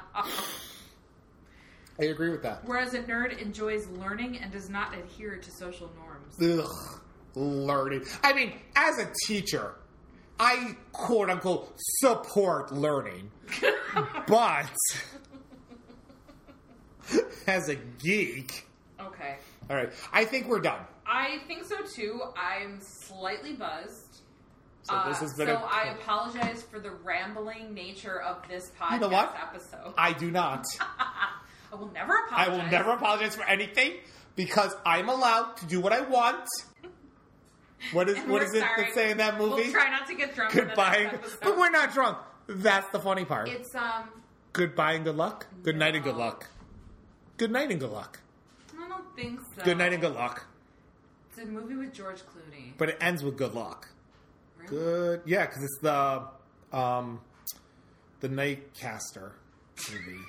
A: I agree with that.
B: Whereas a nerd enjoys learning and does not adhere to social norms.
A: Ugh, learning. I mean, as a teacher, I quote unquote (laughs) support learning, but as a geek.
B: Okay.
A: All right, I think we're done.
B: I think so too. I'm slightly buzzed.
A: So
B: Uh,
A: this has been.
B: so
A: a-
B: I apologize for the rambling nature of this podcast
A: You know what?
B: episode.
A: I do not.
B: (laughs) I will never
A: I
B: apologize.
A: will never apologize for anything because I'm allowed to do what I want. What is
B: (laughs) And
A: what
B: we're
A: is it
B: sorry.
A: that say in that movie?
B: We'll try not to get drunk.
A: Goodbye,
B: On the next
A: but (laughs)
B: episode.
A: we're not drunk. That's the funny part.
B: It's um.
A: Goodbye and good luck. Good night and good
B: No.
A: luck. Good night and good luck.
B: I don't think so.
A: Good night and good luck.
B: uh, It's a movie with George Clooney.
A: But it ends with good luck.
B: Really?
A: Good, yeah, because it's the um, the nightcaster movie.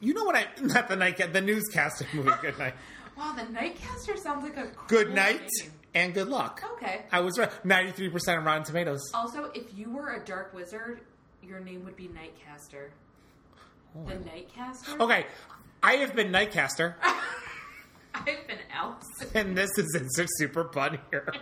A: you know what I? (laughs) Not the night, the newscaster movie. Good
B: (laughs)
A: night,
B: Wow, the Nightcaster sounds like a
A: good
B: cool
A: night,
B: name.
A: and good luck.
B: Okay.
A: I was right. Ninety three percent on Rotten Tomatoes.
B: Also, if you were a dark wizard, your name would be Nightcaster. The Nightcaster.
A: Oh,
B: (laughs)
A: Okay, I have been Nightcaster, (laughs)
B: I've been else.
A: and this is Insert Super Bun here.